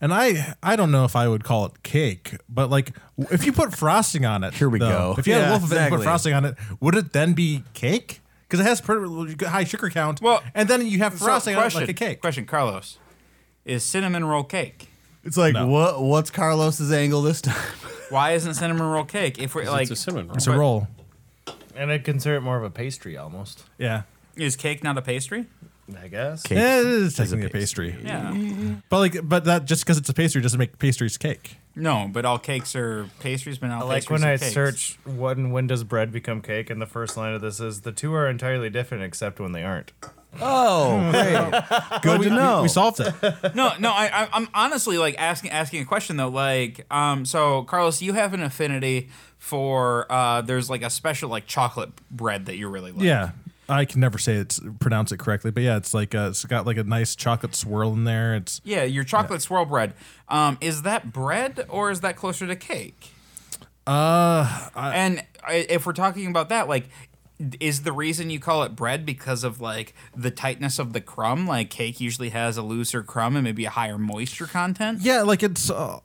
Speaker 2: and I I don't know if I would call it cake, but like w- if you put frosting on it,
Speaker 3: Here we
Speaker 2: though,
Speaker 3: go.
Speaker 2: If you had
Speaker 3: Yeah,
Speaker 2: a loaf of it and put
Speaker 3: exactly.
Speaker 2: frosting on it, would it then be cake? Because it has pretty high sugar count.
Speaker 1: Well,
Speaker 2: and then you have
Speaker 1: So,
Speaker 2: frosting on it like a cake.
Speaker 1: Question, Carlos, is cinnamon roll cake?
Speaker 3: It's like, what? What's Carlos's angle this time?
Speaker 1: Why isn't cinnamon roll cake? If we're like,
Speaker 5: it's a cinnamon roll.
Speaker 2: It's a roll.
Speaker 4: And I'd consider it more of a pastry almost.
Speaker 2: Yeah.
Speaker 1: is cake not a pastry?
Speaker 4: I guess.
Speaker 3: Cake.
Speaker 2: Yeah, it is technically a pastry,
Speaker 1: Yeah.
Speaker 2: but like, but that just because it's a pastry doesn't make pastries cake.
Speaker 1: No, but all cakes are pastries, but not
Speaker 4: I like
Speaker 1: pastries
Speaker 4: when
Speaker 1: are
Speaker 4: I
Speaker 1: cakes.
Speaker 4: search when when does bread become cake, and the first line of this is the two are entirely different except when they aren't.
Speaker 3: Oh, great. good to know.
Speaker 2: We solved it.
Speaker 1: No, no, I, I, I'm honestly like asking asking a question though. Like, um, so Carlos, you have an affinity for uh, there's like a special like chocolate bread that you really like.
Speaker 2: Yeah, I can never say it's pronounce it correctly, but yeah, it's like uh it's got like a nice chocolate swirl in there. It's
Speaker 1: Yeah, your chocolate swirl bread. Um, is that bread or is that closer to cake? Uh, and I, if we're talking about that, like is the reason you call it bread because of like the tightness of the crumb? Like cake usually has a looser crumb and maybe a higher moisture content.
Speaker 2: Yeah, like it's uh,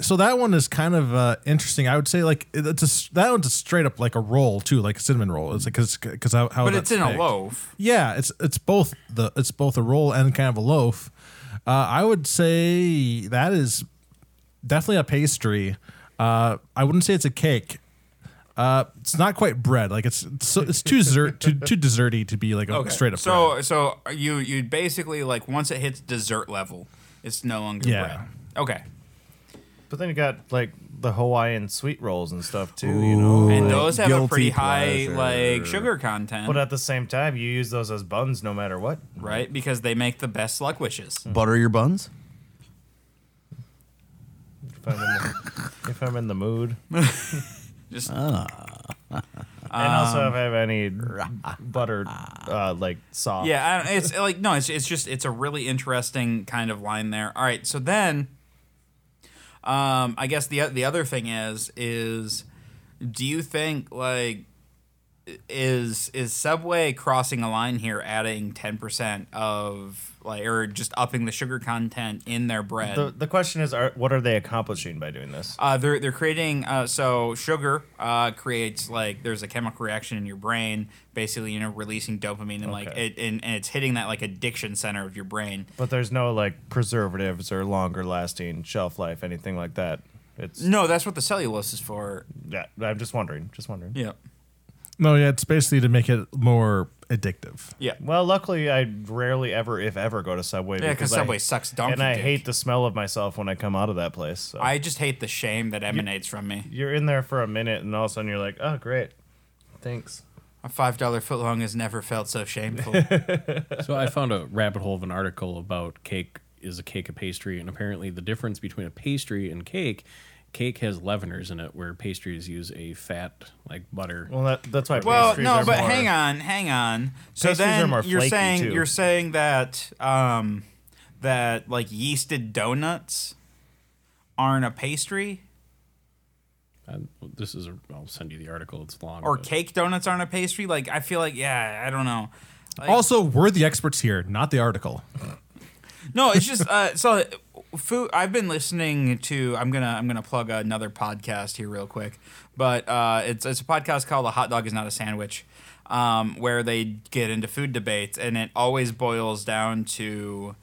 Speaker 2: so that one is kind of uh, interesting. I would say like it- it's a, s- that one's a straight up like a roll too, like a cinnamon roll. It's like because how, how
Speaker 1: but
Speaker 2: that's
Speaker 1: it's in
Speaker 2: baked.
Speaker 1: a loaf.
Speaker 2: Yeah, it's it's both the it's both a roll and kind of a loaf. Uh, I would say that is definitely a pastry. Uh, I wouldn't say it's a cake. Uh, it's not quite bread. Like it's it's, so- it's too dessert too too desserty to be like a straight up.
Speaker 1: So
Speaker 2: bread.
Speaker 1: so you you basically like once it hits dessert level, it's no longer
Speaker 2: Yeah.
Speaker 1: bread. Okay.
Speaker 4: But then you got like the Hawaiian sweet rolls and stuff too, you know.
Speaker 1: And those have a
Speaker 3: guilty
Speaker 1: pretty high
Speaker 3: pleasure.
Speaker 1: like sugar content,
Speaker 4: But at the same time, you use those as buns no matter what.
Speaker 1: right? Because they make the best luck wishes.
Speaker 3: Butter your buns.
Speaker 4: If I'm in the, if I'm in the mood,
Speaker 1: Just ah. Um,
Speaker 4: and also if I have any butter, uh, like sauce.
Speaker 1: Yeah, I, it's like no, it's it's just it's a really interesting kind of line there. All right, so then, um, I guess the the other thing is is, do you think like is is Subway crossing a line here, adding ten percent of like or just upping the sugar content in their bread?
Speaker 4: The, the question is, are, what are they accomplishing by doing this?
Speaker 1: Uh, they're they're creating uh, so sugar uh, creates like there's a chemical reaction in your brain, basically you know releasing dopamine and like
Speaker 4: Okay.
Speaker 1: it and, and it's hitting that like addiction center of your brain.
Speaker 4: But there's no like preservatives or longer lasting shelf life, anything like that. It's
Speaker 1: No, that's what the cellulose is for.
Speaker 4: yeah, I'm just wondering, just wondering.
Speaker 1: Yeah,
Speaker 2: no, yeah, it's basically to make it more addictive.
Speaker 1: yeah,
Speaker 4: Well, luckily, I rarely ever, if ever, go to Subway.
Speaker 1: yeah. Because
Speaker 4: I-
Speaker 1: Subway sucks donkey.
Speaker 4: and I
Speaker 1: dick.
Speaker 4: hate the smell of myself when I come out of that place. So.
Speaker 1: I just hate the shame that emanates from me.
Speaker 4: You're in there for a minute, and all of a sudden you're like, "Oh, great, thanks."
Speaker 1: A five dollar footlong has never felt so shameful.
Speaker 5: So I found a rabbit hole of an article about cake is a cake a pastry, and apparently the difference between a pastry and cake, cake has leaveners in it, where pastries use a fat like butter.
Speaker 4: Well, that, that's why.
Speaker 1: well,
Speaker 4: pastries
Speaker 1: no,
Speaker 4: are
Speaker 1: but
Speaker 4: more-
Speaker 1: hang on, hang on. So
Speaker 4: Pastries are
Speaker 1: then
Speaker 4: more
Speaker 1: you're
Speaker 4: flaky,
Speaker 1: saying
Speaker 4: too.
Speaker 1: you're saying that um, that like yeasted donuts aren't a pastry.
Speaker 5: Uh, this is a, I'll send you the article. It's long.
Speaker 1: or
Speaker 5: but-
Speaker 1: cake donuts aren't a pastry. Like I feel like yeah, I don't know. Like-
Speaker 2: Also, we're the experts here, not the article.
Speaker 1: No, it's just uh, so food. I've been listening to. I'm gonna I'm gonna plug another podcast here real quick, but uh, it's it's a podcast called "The Hot Dog Is Not a Sandwich," um, where they get into food debates, and it always boils down to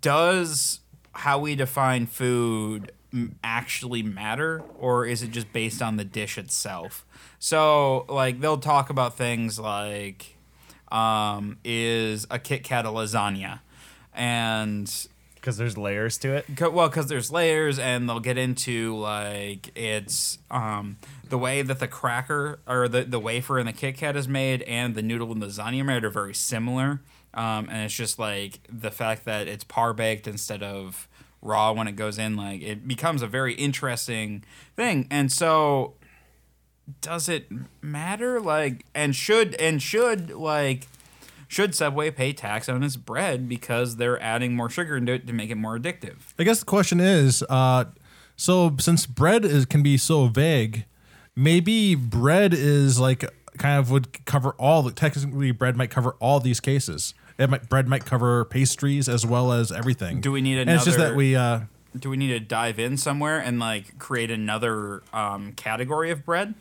Speaker 1: does how we define food m- actually matter or is it just based on the dish itself so like they'll talk about things like um, is a kit kat a lasagna and
Speaker 4: because there's layers to it.
Speaker 1: Co- well because there's layers and they'll get into like it's um, the way that the cracker or the, the wafer and the kit kat is made and the noodle and lasagna are made are very similar um, and it's just like the fact that it's par baked instead of raw when it goes in like it becomes a very interesting thing and so does it matter like and should and should like should subway pay tax on its bread because they're adding more sugar into it to make it more addictive
Speaker 2: I guess the question is, uh, so since bread is can be so vague, maybe bread is like kind of would cover all. The, technically, bread might cover all these cases. It might bread might cover pastries as well as everything.
Speaker 1: Do we need
Speaker 2: And it's just that
Speaker 1: another-
Speaker 2: we. Uh,
Speaker 1: do we need to dive in somewhere and like create another um, category of bread?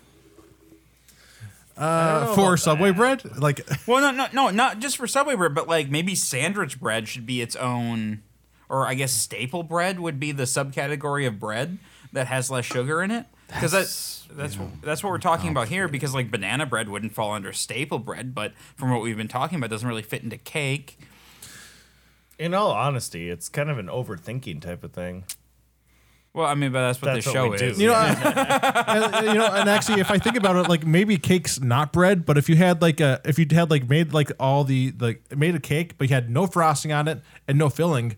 Speaker 2: uh, for Subway bread, like
Speaker 1: Well, no, no, no, not just for Subway bread, but like maybe sandwich bread should be its own, or I guess staple bread would be the subcategory of bread that has less sugar in it. Because that's that's what, that's what we're talking about here. Because like banana bread wouldn't fall under staple bread, but from what we've been talking about, it doesn't really fit into cake.
Speaker 4: In all honesty, it's kind of an overthinking type of thing.
Speaker 1: Well, I mean, but that's what
Speaker 4: That's
Speaker 1: the
Speaker 4: what
Speaker 1: show
Speaker 4: we do.
Speaker 1: is.
Speaker 2: you know, I, and, you know, and actually, if I think about it, like maybe cake's not bread, but if you had like a, if you had like made like all the like made a cake, but you had no frosting on it and no filling,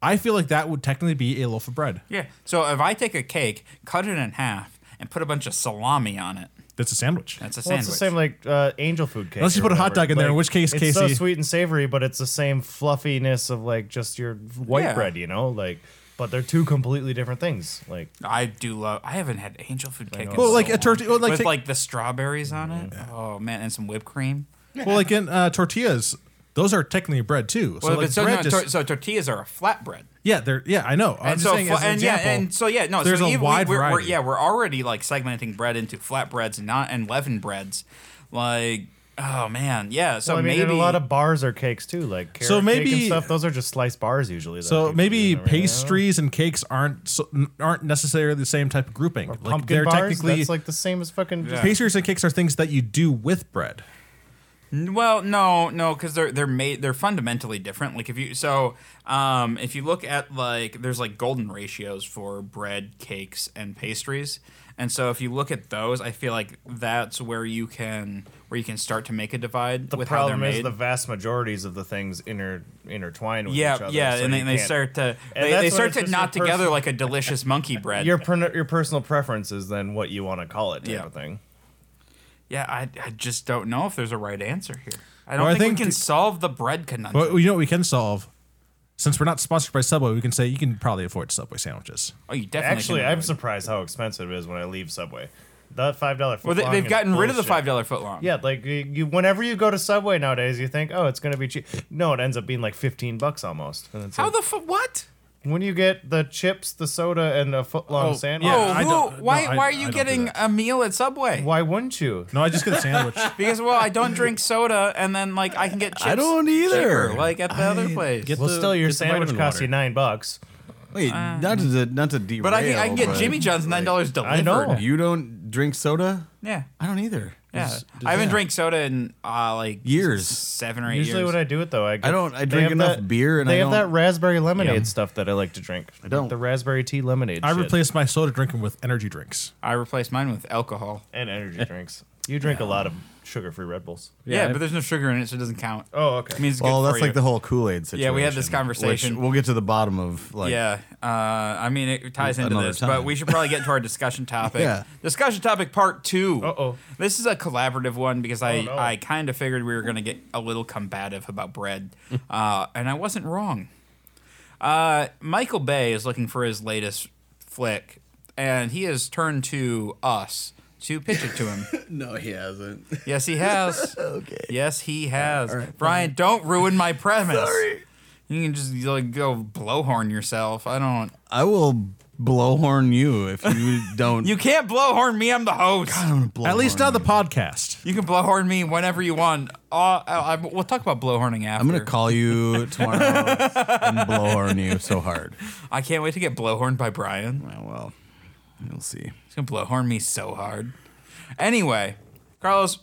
Speaker 2: I feel like that would technically be a loaf of bread.
Speaker 1: Yeah. So if I take a cake, cut it in half, and put a bunch of salami on it,
Speaker 2: That's a sandwich.
Speaker 1: that's a
Speaker 4: Well,
Speaker 1: sandwich.
Speaker 4: it's the same like uh, angel food cake.
Speaker 2: Unless you
Speaker 4: or
Speaker 2: put a hot
Speaker 4: whatever.
Speaker 2: dog in there, in
Speaker 4: Like,
Speaker 2: which case,
Speaker 4: it's so
Speaker 2: Casey-
Speaker 4: sweet and savory, but it's the same fluffiness of like just your white
Speaker 1: Yeah.
Speaker 4: bread, you know, like but they're two completely different things. Like
Speaker 1: I do love. I haven't had angel food cake. in
Speaker 2: Well,
Speaker 1: so
Speaker 2: like a
Speaker 1: long.
Speaker 2: torti- well, like
Speaker 1: with
Speaker 2: take-
Speaker 1: like the strawberries on it. Oh man, and some whipped cream.
Speaker 2: Well, like in uh, tortillas, those are technically bread too. So
Speaker 1: Well,
Speaker 2: like
Speaker 1: but so,
Speaker 2: bread
Speaker 1: no,
Speaker 2: just-
Speaker 1: tor- so tortillas are a flatbread.
Speaker 2: yeah, they're yeah, I know. I'm
Speaker 1: and
Speaker 2: just
Speaker 1: so,
Speaker 2: saying
Speaker 1: fla-
Speaker 2: as an
Speaker 1: and yeah,
Speaker 2: example,
Speaker 1: and so yeah, no,
Speaker 2: there's
Speaker 1: so
Speaker 2: a
Speaker 1: even
Speaker 2: wide
Speaker 1: we, we're, we're,
Speaker 2: variety.
Speaker 1: yeah, we're already like segmenting bread into flatbreads and not and leavened breads. Like, oh man, yeah. So
Speaker 4: well, I mean, and
Speaker 1: maybe
Speaker 4: a lot of bars are cakes too. Like carrot
Speaker 2: So
Speaker 4: cake and
Speaker 2: maybe-
Speaker 4: stuff. Those are just sliced bars usually. that
Speaker 2: So
Speaker 4: people
Speaker 2: maybe
Speaker 4: use in the regular-
Speaker 2: pastries and cakes aren't so, n- aren't necessarily the same type of grouping. Like
Speaker 4: pumpkin
Speaker 2: they're
Speaker 4: bars.
Speaker 2: technically
Speaker 4: that's like the same as fucking. just-
Speaker 2: pastries and cakes are things that you do with bread.
Speaker 1: Well, no, no, because they're they're made they're fundamentally different. Like if you so um, if you look at like there's like golden ratios for bread, cakes, and pastries, and so if you look at those, I feel like that's where you can where you can start to make a divide
Speaker 4: The
Speaker 1: with how they're
Speaker 4: problem is
Speaker 1: made.
Speaker 4: the vast majorities of the things inter intertwine with each
Speaker 1: yeah,
Speaker 4: other.
Speaker 1: yeah,
Speaker 4: so
Speaker 1: and
Speaker 4: you
Speaker 1: they, they
Speaker 4: can't-
Speaker 1: start to
Speaker 4: And
Speaker 1: they,
Speaker 4: that's
Speaker 1: they
Speaker 4: when
Speaker 1: start
Speaker 4: it's
Speaker 1: to
Speaker 4: just
Speaker 1: knot
Speaker 4: your
Speaker 1: together
Speaker 4: person-
Speaker 1: like a delicious monkey bread.
Speaker 4: Your per- your personal preference is then what you want to call it type
Speaker 1: Yeah.
Speaker 4: of thing.
Speaker 1: yeah, I, I just don't know if there's a right answer here. I don't
Speaker 2: Well, I
Speaker 1: think,
Speaker 2: think
Speaker 1: we can
Speaker 2: the-
Speaker 1: solve the bread conundrum.
Speaker 2: But you know what we can solve? Since we're not sponsored by Subway, we can say you can probably afford Subway sandwiches.
Speaker 1: oh, you definitely
Speaker 4: Actually,
Speaker 1: can
Speaker 4: I'm surprised how expensive it is when I leave Subway. That five dollar.
Speaker 1: Well, they, they've gotten rid of the five dollar footlong.
Speaker 4: Yeah, like you, you, whenever you go to Subway nowadays, you think, oh, it's gonna be cheap. No, it ends up being like fifteen bucks almost. And it's
Speaker 1: How
Speaker 4: like,
Speaker 1: the fu- what?
Speaker 4: when you get the chips, the soda, and a foot long sandwich,
Speaker 1: oh,
Speaker 2: I
Speaker 1: who,
Speaker 2: don't-
Speaker 1: why,
Speaker 2: no, I-
Speaker 1: why are
Speaker 2: I
Speaker 1: you
Speaker 2: don't do
Speaker 1: getting
Speaker 2: that.
Speaker 1: a meal at Subway?
Speaker 4: why wouldn't you?
Speaker 2: No, I just get a sandwich.
Speaker 1: Because well, I don't drink soda, and then like I can get chips.
Speaker 3: I don't either.
Speaker 1: cheaper, like at the other place.
Speaker 5: Get
Speaker 4: Well,
Speaker 5: the-
Speaker 4: still, your
Speaker 5: get the
Speaker 4: sandwich
Speaker 5: vitamin
Speaker 4: costs
Speaker 5: water.
Speaker 4: you nine bucks.
Speaker 3: Wait, not to not to derail.
Speaker 1: Uh, but I can, I can get
Speaker 3: but-
Speaker 1: Jimmy John's nine dollars delivered.
Speaker 4: I know.
Speaker 3: You don't drink soda?
Speaker 1: Yeah.
Speaker 3: I don't either.
Speaker 1: Yeah,
Speaker 3: Just- just-
Speaker 1: I haven't
Speaker 3: yeah.
Speaker 1: drank soda in uh, like
Speaker 3: Years.
Speaker 1: s- seven or eight
Speaker 4: Usually,
Speaker 1: years.
Speaker 4: what I do it though, I, get-
Speaker 3: I don't- I
Speaker 4: they
Speaker 3: drink
Speaker 4: have
Speaker 3: enough
Speaker 4: that-
Speaker 3: beer and
Speaker 4: they
Speaker 3: I
Speaker 4: have that
Speaker 3: don't-
Speaker 4: raspberry lemonade stuff that I like to drink. I
Speaker 3: don't.
Speaker 4: the raspberry tea lemonade.
Speaker 2: I
Speaker 4: shit.
Speaker 2: replace my soda drinking with energy drinks.
Speaker 1: I replaced mine with alcohol.
Speaker 4: and energy drinks. You drink a lot of sugar free Red Bulls.
Speaker 1: Yeah,
Speaker 5: I-
Speaker 1: but there's no sugar in it, so it doesn't count.
Speaker 4: Oh, okay.
Speaker 1: It means it's
Speaker 3: Well,
Speaker 1: good
Speaker 3: that's
Speaker 1: for
Speaker 3: like
Speaker 1: you.
Speaker 3: the whole Kool Aid situation.
Speaker 1: Yeah, we had this
Speaker 3: which
Speaker 1: conversation.
Speaker 3: we'll get to the bottom of. Like,
Speaker 1: Yeah, uh, I mean it ties into
Speaker 3: Another
Speaker 1: this,
Speaker 3: time.
Speaker 1: but we should probably get to our discussion topic.
Speaker 3: Yeah.
Speaker 1: Discussion topic part two.
Speaker 4: Uh-oh. Oh,
Speaker 1: This is a collaborative one because I,
Speaker 4: no.
Speaker 1: I kind of figured we were going to get a little combative about bread, uh, and I wasn't wrong. Uh, Michael Bay is looking for his latest flick, and he has turned to us to pitch it to him.
Speaker 3: No, he hasn't.
Speaker 1: yes, he has. okay. Yes, he has. Brian, don't ruin my premise. Sorry. You can just like go blowhorn yourself. I don't.
Speaker 3: I will blowhorn you if you don't.
Speaker 1: You can't blowhorn me. I'm the host.
Speaker 2: At least not the podcast.
Speaker 1: You can blowhorn me whenever you want. Uh, I, I- we'll talk about blowhorning after.
Speaker 3: I'm gonna call you tomorrow and blowhorn you so hard.
Speaker 1: I can't wait to get blowhorned by Brian.
Speaker 3: Oh, well, you'll see.
Speaker 1: He's gonna blowhorn me so hard. Anyway, Carlos,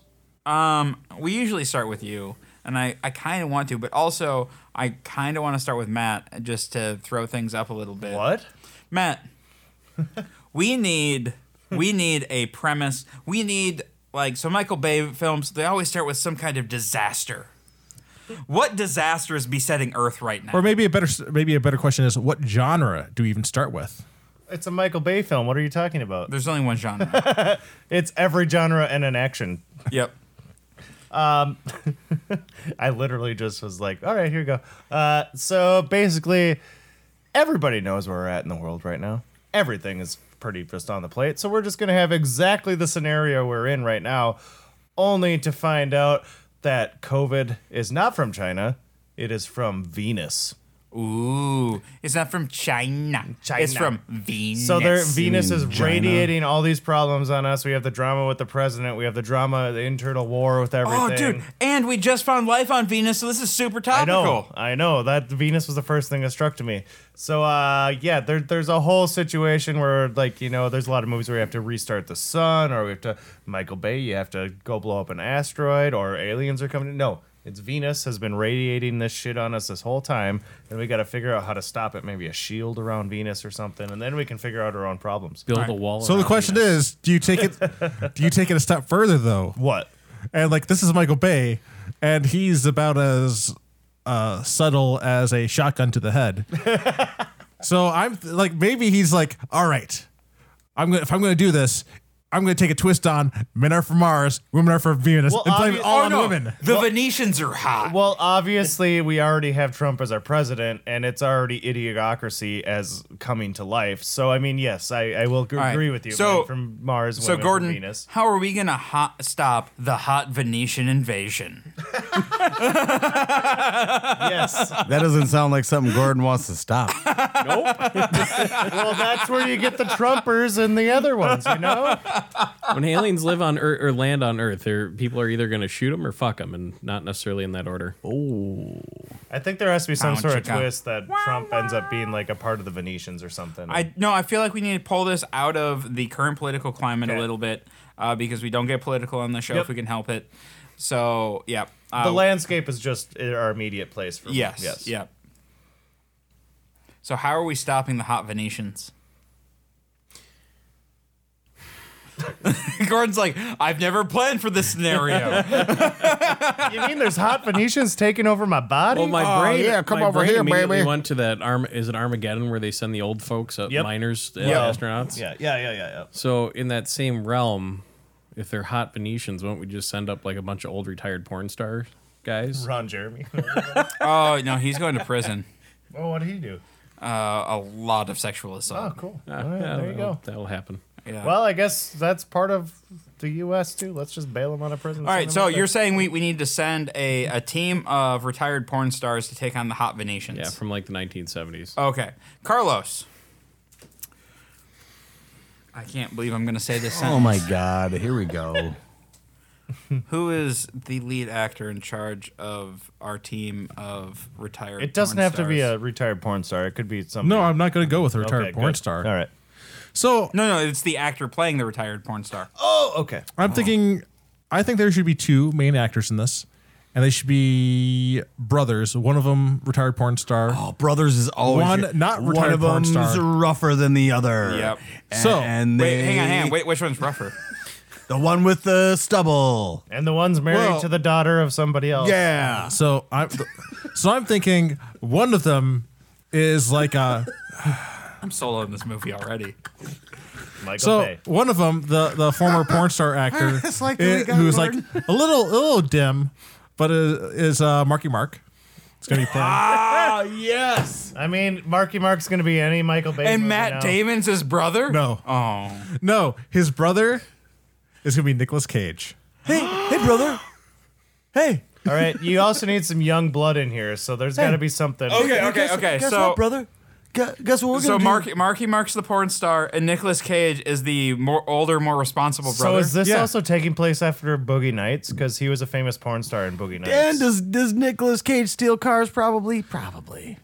Speaker 1: um, we usually start with you, and I, I kind of want to, but also I kind of want to start with Matt just to throw things up a little bit.
Speaker 4: What?
Speaker 1: Matt, we need we need a premise. We need like so Michael Bay films, they always start with some kind of disaster. What disaster is besetting Earth right now?
Speaker 2: Or maybe a better maybe a better question is what genre do we even start with?
Speaker 4: It's a Michael Bay film. What are you talking about?
Speaker 1: There's only one genre.
Speaker 4: It's every genre and an action.
Speaker 1: yep.
Speaker 4: I literally just was like, all right, here you go. Uh, so basically, everybody knows where we're at in the world right now. Everything is pretty just on the plate. So we're just going to have exactly the scenario we're in right now, only to find out that COVID is not from China, it is from Venus.
Speaker 1: Ooh, it's not from China. It's
Speaker 4: China.
Speaker 1: from Venus.
Speaker 4: So there, Venus
Speaker 3: mean
Speaker 4: is
Speaker 3: China?
Speaker 4: radiating all these problems on us. We have the drama with the president. We have the drama, the internal war with everything.
Speaker 1: Oh, dude, and we just found life on Venus, so this is super
Speaker 4: I
Speaker 1: topical.
Speaker 4: know, I know that Venus was the first thing that struck to me. So uh, yeah, there, there's a whole situation where like you know, there's a lot of movies where you have to restart the sun, or we have to Michael Bay, you have to go blow up an asteroid, or aliens are coming. No, it's Venus has been radiating this shit on us this whole time, and we got to figure out how to stop it. Maybe a shield around Venus or something, and then we can figure out our own problems.
Speaker 5: Build a wall.
Speaker 2: So the
Speaker 5: around
Speaker 2: question
Speaker 5: Venus.
Speaker 2: is, do you take it do you take it a step further though?
Speaker 4: What?
Speaker 2: And like this is Michael Bay and he's about as uh, subtle as a shotgun to the head. so I'm th- like maybe he's like, "All right. I'm going to if I'm going to do this, I'm going to take a twist on men are from Mars, women are from Venus,
Speaker 4: Well,
Speaker 2: and blame it
Speaker 4: obvi-
Speaker 2: all
Speaker 4: oh,
Speaker 2: on
Speaker 4: no.
Speaker 2: women.
Speaker 1: The Venetians are hot.
Speaker 4: Well, obviously, we already have Trump as our president, and it's already idiocracy as coming to life. So, I mean, yes, I, I will g-
Speaker 1: right.
Speaker 4: agree with you.
Speaker 1: So-
Speaker 4: man, from Mars,
Speaker 1: so
Speaker 4: women from
Speaker 1: Gordon,
Speaker 4: Venus.
Speaker 1: how are we gonna hot stop the hot Venetian invasion?
Speaker 4: yes.
Speaker 3: That doesn't sound like something Gordon wants to stop.
Speaker 4: Well, that's where you get the Trumpers and the other ones, you know.
Speaker 5: when aliens live on Earth or land on Earth, they're- people are either going to shoot them or fuck them, and not necessarily in that order.
Speaker 4: I think there has to be some
Speaker 1: Bow
Speaker 4: sort of
Speaker 1: chicka.
Speaker 4: twist that Trump ends up being like a part of the Venetians or something.
Speaker 1: I no, I feel like we need to pull this out of the current political climate
Speaker 4: Okay.
Speaker 1: a little bit uh, because we don't get political on the show
Speaker 4: Yep.
Speaker 1: if we can help it. So yeah, uh,
Speaker 4: the landscape is just uh, our immediate place. For
Speaker 1: yes,
Speaker 4: yes,
Speaker 1: yep. So how are we stopping the hot Venetians? Gordon's like, I've never planned for this scenario.
Speaker 4: You mean there's hot Venetians taking over my body?
Speaker 5: Well,
Speaker 1: Oh,
Speaker 5: my brain,
Speaker 3: Oh, yeah, come
Speaker 5: my
Speaker 3: over
Speaker 5: brain
Speaker 3: here,
Speaker 5: immediately
Speaker 3: baby.
Speaker 5: Went to that arm. Is it Armageddon where they send the old folks up
Speaker 4: Yep.
Speaker 5: miners as
Speaker 4: Yeah.
Speaker 5: astronauts?
Speaker 4: yeah, yeah, yeah, yeah, yeah.
Speaker 5: So in that same realm, if they're hot Venetians, won't we just send up like a bunch of old retired porn star guys?
Speaker 4: Ron Jeremy.
Speaker 1: oh no, he's going to prison.
Speaker 4: well, what did he do?
Speaker 1: Uh, a lot of sexual assault.
Speaker 4: Oh, cool.
Speaker 5: Ah,
Speaker 4: All right,
Speaker 5: yeah,
Speaker 4: there you
Speaker 5: that'll-
Speaker 4: go.
Speaker 5: That'll happen.
Speaker 1: Yeah.
Speaker 4: Well, I guess that's part of the U.S. too. Let's just bail them out of prison.
Speaker 1: All right, so you're saying we, we need to send a, a team of retired porn stars to take on the hot Venetians.
Speaker 5: Yeah, from like the 1970s.
Speaker 1: okay. Carlos. I can't believe I'm going to say this sentence.
Speaker 3: Oh my God, here we go.
Speaker 1: Who is the lead actor in charge of our team of retired
Speaker 4: It doesn't
Speaker 1: porn
Speaker 4: have to be
Speaker 1: stars?
Speaker 4: a retired porn star. It could be something.
Speaker 2: No, I'm not going to go with a retired porn star.
Speaker 4: All right.
Speaker 2: So
Speaker 1: No, no, it's the actor playing the retired porn star.
Speaker 4: Oh, okay.
Speaker 2: I'm thinking, I think there should be two main actors in this, and they should be brothers. One of them retired porn star.
Speaker 3: Oh, brothers is always
Speaker 2: One not retired porn
Speaker 3: them's
Speaker 2: star.
Speaker 3: rougher than the other.
Speaker 1: Yep.
Speaker 3: And,
Speaker 2: So-
Speaker 3: and they,
Speaker 1: Wait, hang on, hang on. Wait, which one's rougher?
Speaker 3: the one with the stubble.
Speaker 4: And the one's married
Speaker 2: Well-
Speaker 4: to the daughter of somebody else.
Speaker 3: Yeah.
Speaker 2: So I'm, so I'm thinking one of them is like a
Speaker 1: I'm solo in this movie already.
Speaker 4: Michael
Speaker 2: so
Speaker 4: Bay.
Speaker 2: one of them the the former porn star actor
Speaker 3: It's like
Speaker 2: i-
Speaker 3: we got
Speaker 2: who's like
Speaker 3: Gordon.
Speaker 2: a little a little dim, but is, is uh, Marky Mark. It's gonna be playing.
Speaker 4: I mean, Marky Mark's gonna be any Michael Bay.
Speaker 1: And
Speaker 4: movie
Speaker 1: Matt
Speaker 4: now.
Speaker 1: Damon's his brother?
Speaker 2: No.
Speaker 1: Oh.
Speaker 2: no, his brother is gonna be Nicolas Cage.
Speaker 3: Hey, brother. Hey.
Speaker 4: All right. You also need some young blood in here, so there's gotta be something.
Speaker 1: Okay, okay, okay. so
Speaker 3: brother? Guess, guess what we're
Speaker 1: So
Speaker 3: do?
Speaker 1: Marky, Marky Mark's the porn star, and Nicolas Cage is the more older, more responsible
Speaker 4: So
Speaker 1: brother.
Speaker 4: is this
Speaker 2: Yeah.
Speaker 4: also taking place after Boogie Nights? Because he was a famous porn star in Boogie Nights.
Speaker 3: And
Speaker 1: uh,
Speaker 3: does does Nicolas Cage steal cars? Probably, probably.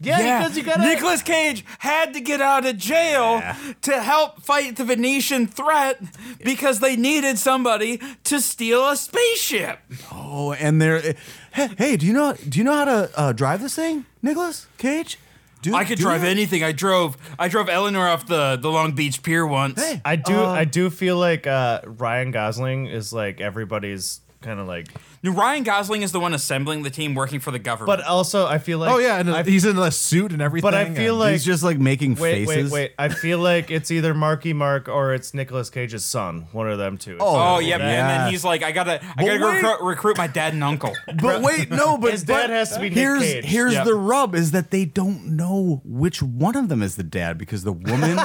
Speaker 4: yeah, because you gotta.
Speaker 1: Nicolas Cage had to get out of jail to help fight the Venetian threat because they needed somebody to steal a spaceship.
Speaker 3: Oh, and there. Hey, hey, do you know do you know how to uh, drive this thing, Nicolas Cage? Do,
Speaker 1: I could
Speaker 3: do
Speaker 1: drive
Speaker 3: you?
Speaker 1: anything. I drove. I drove Eleanor off the, the Long Beach Pier once.
Speaker 3: Hey.
Speaker 4: I do. I do feel like uh, Ryan Gosling is like everybody's kind of like.
Speaker 1: Now, Ryan Gosling is the one assembling the team, working for the government.
Speaker 4: But also, I feel like.
Speaker 2: Oh yeah, and
Speaker 4: I,
Speaker 2: he's in a suit and everything.
Speaker 4: but I
Speaker 2: and-
Speaker 4: feel like.
Speaker 3: He's just like making
Speaker 4: wait, wait,
Speaker 3: faces.
Speaker 4: wait! I feel like it's either Marky Mark or it's Nicolas Cage's son. One of them two.
Speaker 1: oh yeah, and
Speaker 3: yeah.
Speaker 1: then he's like, I gotta, I gotta go
Speaker 3: wait.
Speaker 1: recruit- recruit my dad and uncle.
Speaker 3: But wait, no, but
Speaker 4: His dad
Speaker 3: but
Speaker 4: has to be Nick
Speaker 3: Here's
Speaker 4: Cage.
Speaker 3: here's
Speaker 1: Yep.
Speaker 3: the rub is that they don't know which one of them is the dad because the woman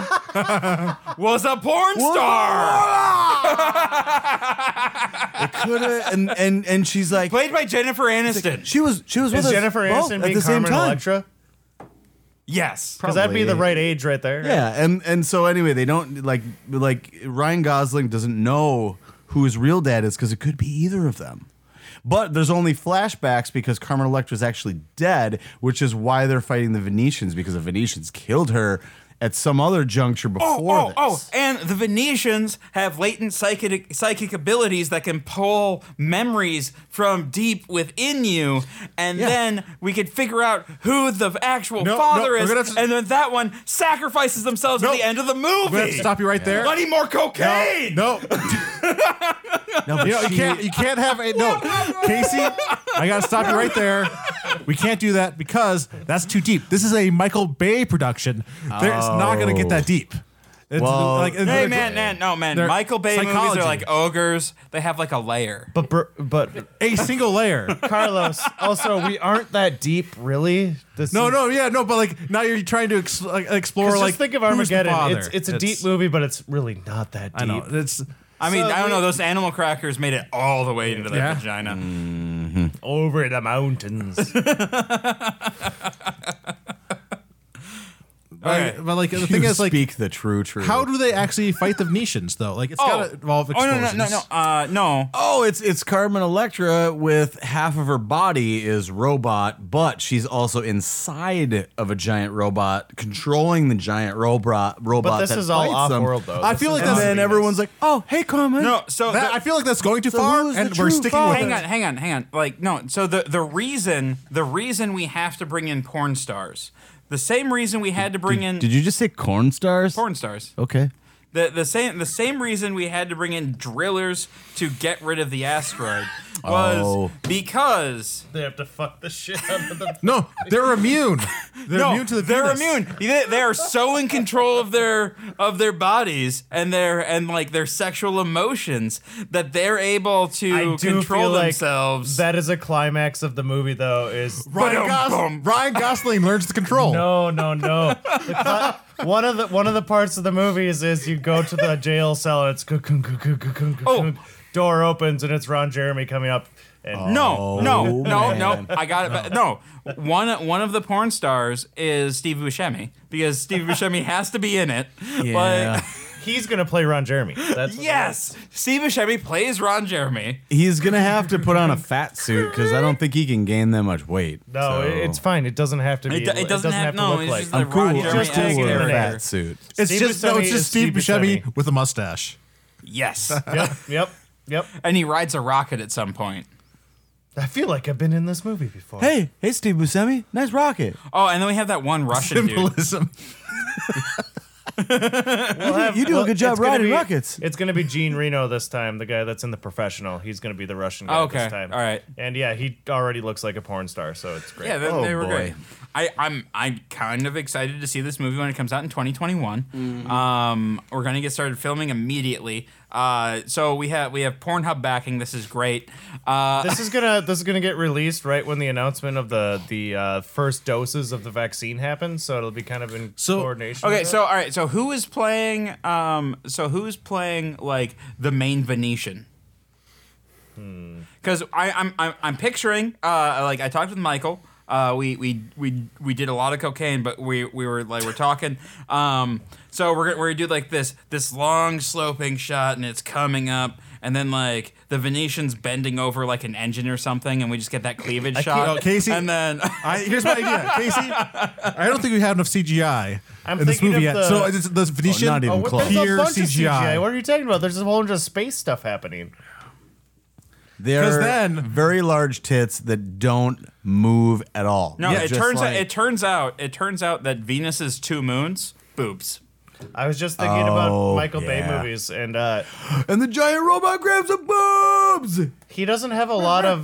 Speaker 1: was a porn star
Speaker 3: could have and, and and she's like
Speaker 1: played by Jennifer Aniston.
Speaker 3: she was she was with
Speaker 4: is
Speaker 3: us
Speaker 4: Jennifer
Speaker 3: both
Speaker 4: Aniston
Speaker 3: at
Speaker 4: being
Speaker 3: the same
Speaker 4: Carmen
Speaker 3: time.
Speaker 4: Electra?
Speaker 1: Yes.
Speaker 4: Because that'd be the
Speaker 3: Probably.
Speaker 4: right age right there.
Speaker 3: Yeah, and and so anyway, they don't like like Ryan Gosling doesn't know who his real dad is because it could be either of them. But there's only flashbacks because Carmen Electra is actually dead, which is why they're fighting the Venetians because the Venetians killed her at some other juncture
Speaker 1: Oh,
Speaker 3: before
Speaker 1: oh,
Speaker 3: this.
Speaker 1: oh, and the Venetians have latent psychic psychic abilities that can pull memories from deep within you, and
Speaker 3: Yeah.
Speaker 1: then we could figure out who the actual
Speaker 2: No, no,
Speaker 1: father
Speaker 2: we're
Speaker 1: is,
Speaker 2: gonna have to-
Speaker 1: and then that one sacrifices themselves
Speaker 2: No.
Speaker 1: at the end of the
Speaker 2: I'm gonna have
Speaker 1: movie.
Speaker 2: to stop you right there.
Speaker 1: Bloody more cocaine!
Speaker 2: No,
Speaker 3: No, but
Speaker 2: You, know, you
Speaker 3: she-
Speaker 2: can't. You can't have a no, Casey. I gotta stop you right there. We can't do that
Speaker 4: Oh.
Speaker 2: because that's too deep. This is a Michael Bay production. There, It's not gonna get that deep. It's
Speaker 3: Well-
Speaker 2: like, it's
Speaker 1: Hey
Speaker 2: like-
Speaker 1: man, man, no man.
Speaker 2: They're
Speaker 1: Michael Bay movies
Speaker 2: psychology.
Speaker 1: are like ogres. They have like a layer.
Speaker 4: But br- but
Speaker 2: a single layer.
Speaker 4: Carlos, also we aren't that deep, really. This
Speaker 2: No,
Speaker 4: is-
Speaker 2: no, yeah, no, but like now you're trying to ex- like, explore
Speaker 4: 'cause
Speaker 2: like
Speaker 4: just think of
Speaker 2: who's the
Speaker 4: Armageddon.
Speaker 2: father.
Speaker 4: It's it's a deep movie, but it's really not that deep.
Speaker 2: I know. It's
Speaker 1: I mean,
Speaker 4: So
Speaker 1: I don't
Speaker 4: we-
Speaker 1: know. Those animal crackers made it all the way into that
Speaker 2: Yeah. Mm.
Speaker 1: vagina.
Speaker 4: Over the mountains.
Speaker 1: Okay.
Speaker 2: but like the thing is like
Speaker 3: speak the true truth.
Speaker 2: how do they actually fight the Venetians though? Like it's got to involve
Speaker 1: oh
Speaker 2: explosions.
Speaker 1: no, no, no, no. Uh, no.
Speaker 3: Oh, it's it's Carmen Electra with half of her body is robot, but she's also inside of a giant robot, controlling the giant robot. Robot.
Speaker 4: this
Speaker 3: that
Speaker 4: is all
Speaker 3: fights them.
Speaker 4: off-world, though.
Speaker 3: I
Speaker 4: This
Speaker 3: feel
Speaker 4: is
Speaker 3: like
Speaker 4: not
Speaker 3: that's and then
Speaker 4: Venus.
Speaker 3: everyone's like, oh, hey, Carmen.
Speaker 1: No, so
Speaker 2: That-
Speaker 1: the-
Speaker 2: I feel like that's going too
Speaker 3: So
Speaker 2: far,
Speaker 3: who's the
Speaker 2: and we're
Speaker 3: true
Speaker 2: sticking
Speaker 3: father?
Speaker 2: with
Speaker 1: hang
Speaker 2: it.
Speaker 1: on, hang on, hang on. Like no, so the the reason the reason we have to bring in porn stars, the same reason we had to bring in
Speaker 3: Did you just say corn stars?
Speaker 1: porn stars,
Speaker 3: Okay.
Speaker 1: the the same the same reason we had to bring in drillers to get rid of the asteroid was
Speaker 3: Oh.
Speaker 1: because
Speaker 4: they have to fuck the shit out of the
Speaker 2: No, they're immune. They're
Speaker 1: no,
Speaker 2: immune to the
Speaker 1: they're
Speaker 2: Venus.
Speaker 1: immune. They, they are so in control of their of their bodies and their and like their sexual emotions that they're able to control themselves.
Speaker 4: that is a climax of the movie, though. Is
Speaker 2: Ryan,
Speaker 1: Ba-dum,
Speaker 2: Gos-
Speaker 1: bum.
Speaker 2: Ryan Gosling learns to control.
Speaker 4: no, no, no. The cli- one of the one of the parts of the movie is, is you go to the jail cell and it's gung, gung, gung, gung, gung, gung,
Speaker 1: Oh.
Speaker 4: gung. door opens and it's Ron Jeremy coming up. And
Speaker 1: no, no,
Speaker 3: Oh,
Speaker 1: no,
Speaker 3: man.
Speaker 1: no. I got it. No. One one of the porn stars is Steve Buscemi because Steve Buscemi has to be in it.
Speaker 3: Yeah.
Speaker 4: he's gonna play Ron Jeremy. That's
Speaker 1: But yes, Steve Buscemi plays Ron Jeremy.
Speaker 3: He's gonna have to put on a fat suit because I don't think he can gain that much weight. so-
Speaker 4: No, it's fine. It doesn't have to be.
Speaker 1: It, do- it doesn't have, no.
Speaker 4: to
Speaker 1: it's
Speaker 4: look like.
Speaker 1: just
Speaker 3: I'm
Speaker 1: the
Speaker 3: cool.
Speaker 1: Ron
Speaker 3: I'm
Speaker 1: Jeremy
Speaker 3: just cool with a
Speaker 1: actor.
Speaker 3: fat suit.
Speaker 2: it's
Speaker 4: Steve
Speaker 2: just no,
Speaker 4: Buscemi
Speaker 2: it's just
Speaker 4: is
Speaker 2: Steve
Speaker 4: Steve
Speaker 2: Buscemi
Speaker 4: Buscemi.
Speaker 2: with a mustache.
Speaker 1: Yes,
Speaker 4: yep, yep, yep.
Speaker 1: and he rides a rocket at some point.
Speaker 4: I feel like I've been in this movie before.
Speaker 3: Hey, hey, Steve Buscemi, nice rocket.
Speaker 1: Oh, and then we have that one Russian dude.
Speaker 2: Symbolism.
Speaker 4: We'll have-
Speaker 3: you do a
Speaker 4: well,
Speaker 3: good job
Speaker 4: it's gonna
Speaker 3: riding
Speaker 4: be-
Speaker 3: rockets.
Speaker 4: It's gonna be Gene Reno this time, the guy that's in the professional. He's gonna be the Russian guy
Speaker 1: Okay,
Speaker 4: this time.
Speaker 1: all right.
Speaker 4: And yeah, he already looks like a porn star, so it's great.
Speaker 1: Yeah, they,
Speaker 3: Oh,
Speaker 1: they were great.
Speaker 3: boy.
Speaker 1: I, I'm I'm kind of excited to see this movie when it comes out in 2021.
Speaker 3: Mm-hmm.
Speaker 1: Um, we're gonna get started filming immediately. Uh, so we have we have Pornhub backing. This is great. Uh,
Speaker 4: this is gonna this is gonna get released right when the announcement of the the uh, first doses of the vaccine happens, so it'll be kind of in
Speaker 2: So-
Speaker 4: coordination.
Speaker 1: okay,
Speaker 4: with
Speaker 1: so all right, so who is playing? Um, so who is playing like the main Venetian? Because I'm I'm I'm picturing uh, like I talked with Michael. Uh, we, we we we did a lot of cocaine, but we, we were like we're talking. Um, so we're gonna- we're gonna do like this this long sloping shot, and it's coming up, and then like the Venetians bending over like an engine or something, and we just get that cleavage shot.
Speaker 2: oh, Casey-
Speaker 1: and then
Speaker 2: I, here's my idea, Casey. I don't think we have enough CGI
Speaker 4: I'm
Speaker 2: in this
Speaker 4: thinking
Speaker 2: movie
Speaker 4: of
Speaker 2: yet.
Speaker 4: the-
Speaker 2: so it's the Venetian,
Speaker 3: not even
Speaker 4: it.
Speaker 2: oh,
Speaker 3: close.
Speaker 4: There's
Speaker 2: pure
Speaker 4: a bunch
Speaker 2: CGI.
Speaker 4: of CGI. What are you talking about? There's a whole bunch of space stuff happening.
Speaker 3: They're
Speaker 2: then-
Speaker 3: very large tits that don't move at all.
Speaker 1: No,
Speaker 3: They're
Speaker 1: it
Speaker 3: just
Speaker 1: turns
Speaker 3: like-
Speaker 1: out it turns out it turns out that Venus's two moons boobs.
Speaker 4: I was just thinking about
Speaker 3: Oh,
Speaker 4: Michael Bay
Speaker 3: yeah.
Speaker 4: movies, and uh,
Speaker 3: and the giant robot grabs the boobs.
Speaker 4: he doesn't have a lot of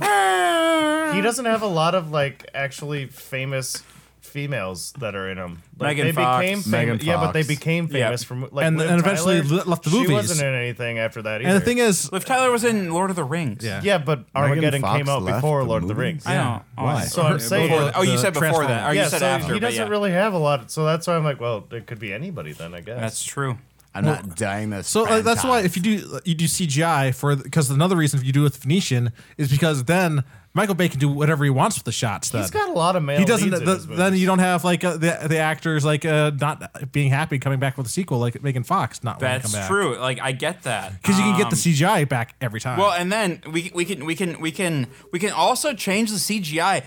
Speaker 4: he doesn't have a lot of like actually famous females that are in him. Like
Speaker 1: Megan
Speaker 4: they
Speaker 1: Fox.
Speaker 4: became famous,
Speaker 3: Megan
Speaker 4: yeah, but
Speaker 3: Fox.
Speaker 4: they became famous
Speaker 1: Yeah.
Speaker 4: from like
Speaker 2: And-
Speaker 4: Liv
Speaker 2: and eventually
Speaker 4: Tyler,
Speaker 2: le- left the
Speaker 4: She
Speaker 2: movies.
Speaker 4: wasn't in anything after that either.
Speaker 2: And the thing is,
Speaker 1: Liv Tyler was in Lord of the Rings.
Speaker 2: Yeah.
Speaker 4: yeah, but Armageddon
Speaker 3: Fox
Speaker 4: came out
Speaker 3: left
Speaker 4: before
Speaker 3: the
Speaker 4: Lord of the
Speaker 3: movies?
Speaker 4: Rings.
Speaker 1: I oh, know.
Speaker 3: Why?
Speaker 4: So I'm saying,
Speaker 1: Before- oh, you
Speaker 2: The
Speaker 1: said before that.
Speaker 2: Transformers.
Speaker 1: Or you
Speaker 4: yeah,
Speaker 1: said
Speaker 4: so
Speaker 1: after.
Speaker 4: he
Speaker 1: but
Speaker 4: doesn't
Speaker 1: yeah.
Speaker 4: really have a lot. So that's why I'm like, well, it could be anybody then, I guess.
Speaker 1: That's true.
Speaker 3: I'm not dying this.
Speaker 2: So like, that's why if you do you do CGI for because another reason if you do it with Venetian is because then Michael Bay can do whatever he wants with the shots. Then
Speaker 4: He's got a lot of male.
Speaker 2: he doesn't.
Speaker 4: leads in
Speaker 2: th-
Speaker 4: his
Speaker 2: then
Speaker 4: movies.
Speaker 2: you don't have like uh, the the actors like uh, not being happy coming back with a sequel like Megan Fox not wanting to come
Speaker 1: That's
Speaker 2: back.
Speaker 1: true. Like I get that.
Speaker 2: because you can
Speaker 4: Um,
Speaker 2: get the CGI back every time.
Speaker 1: Well, and then we we can we can we can we can also change the CGI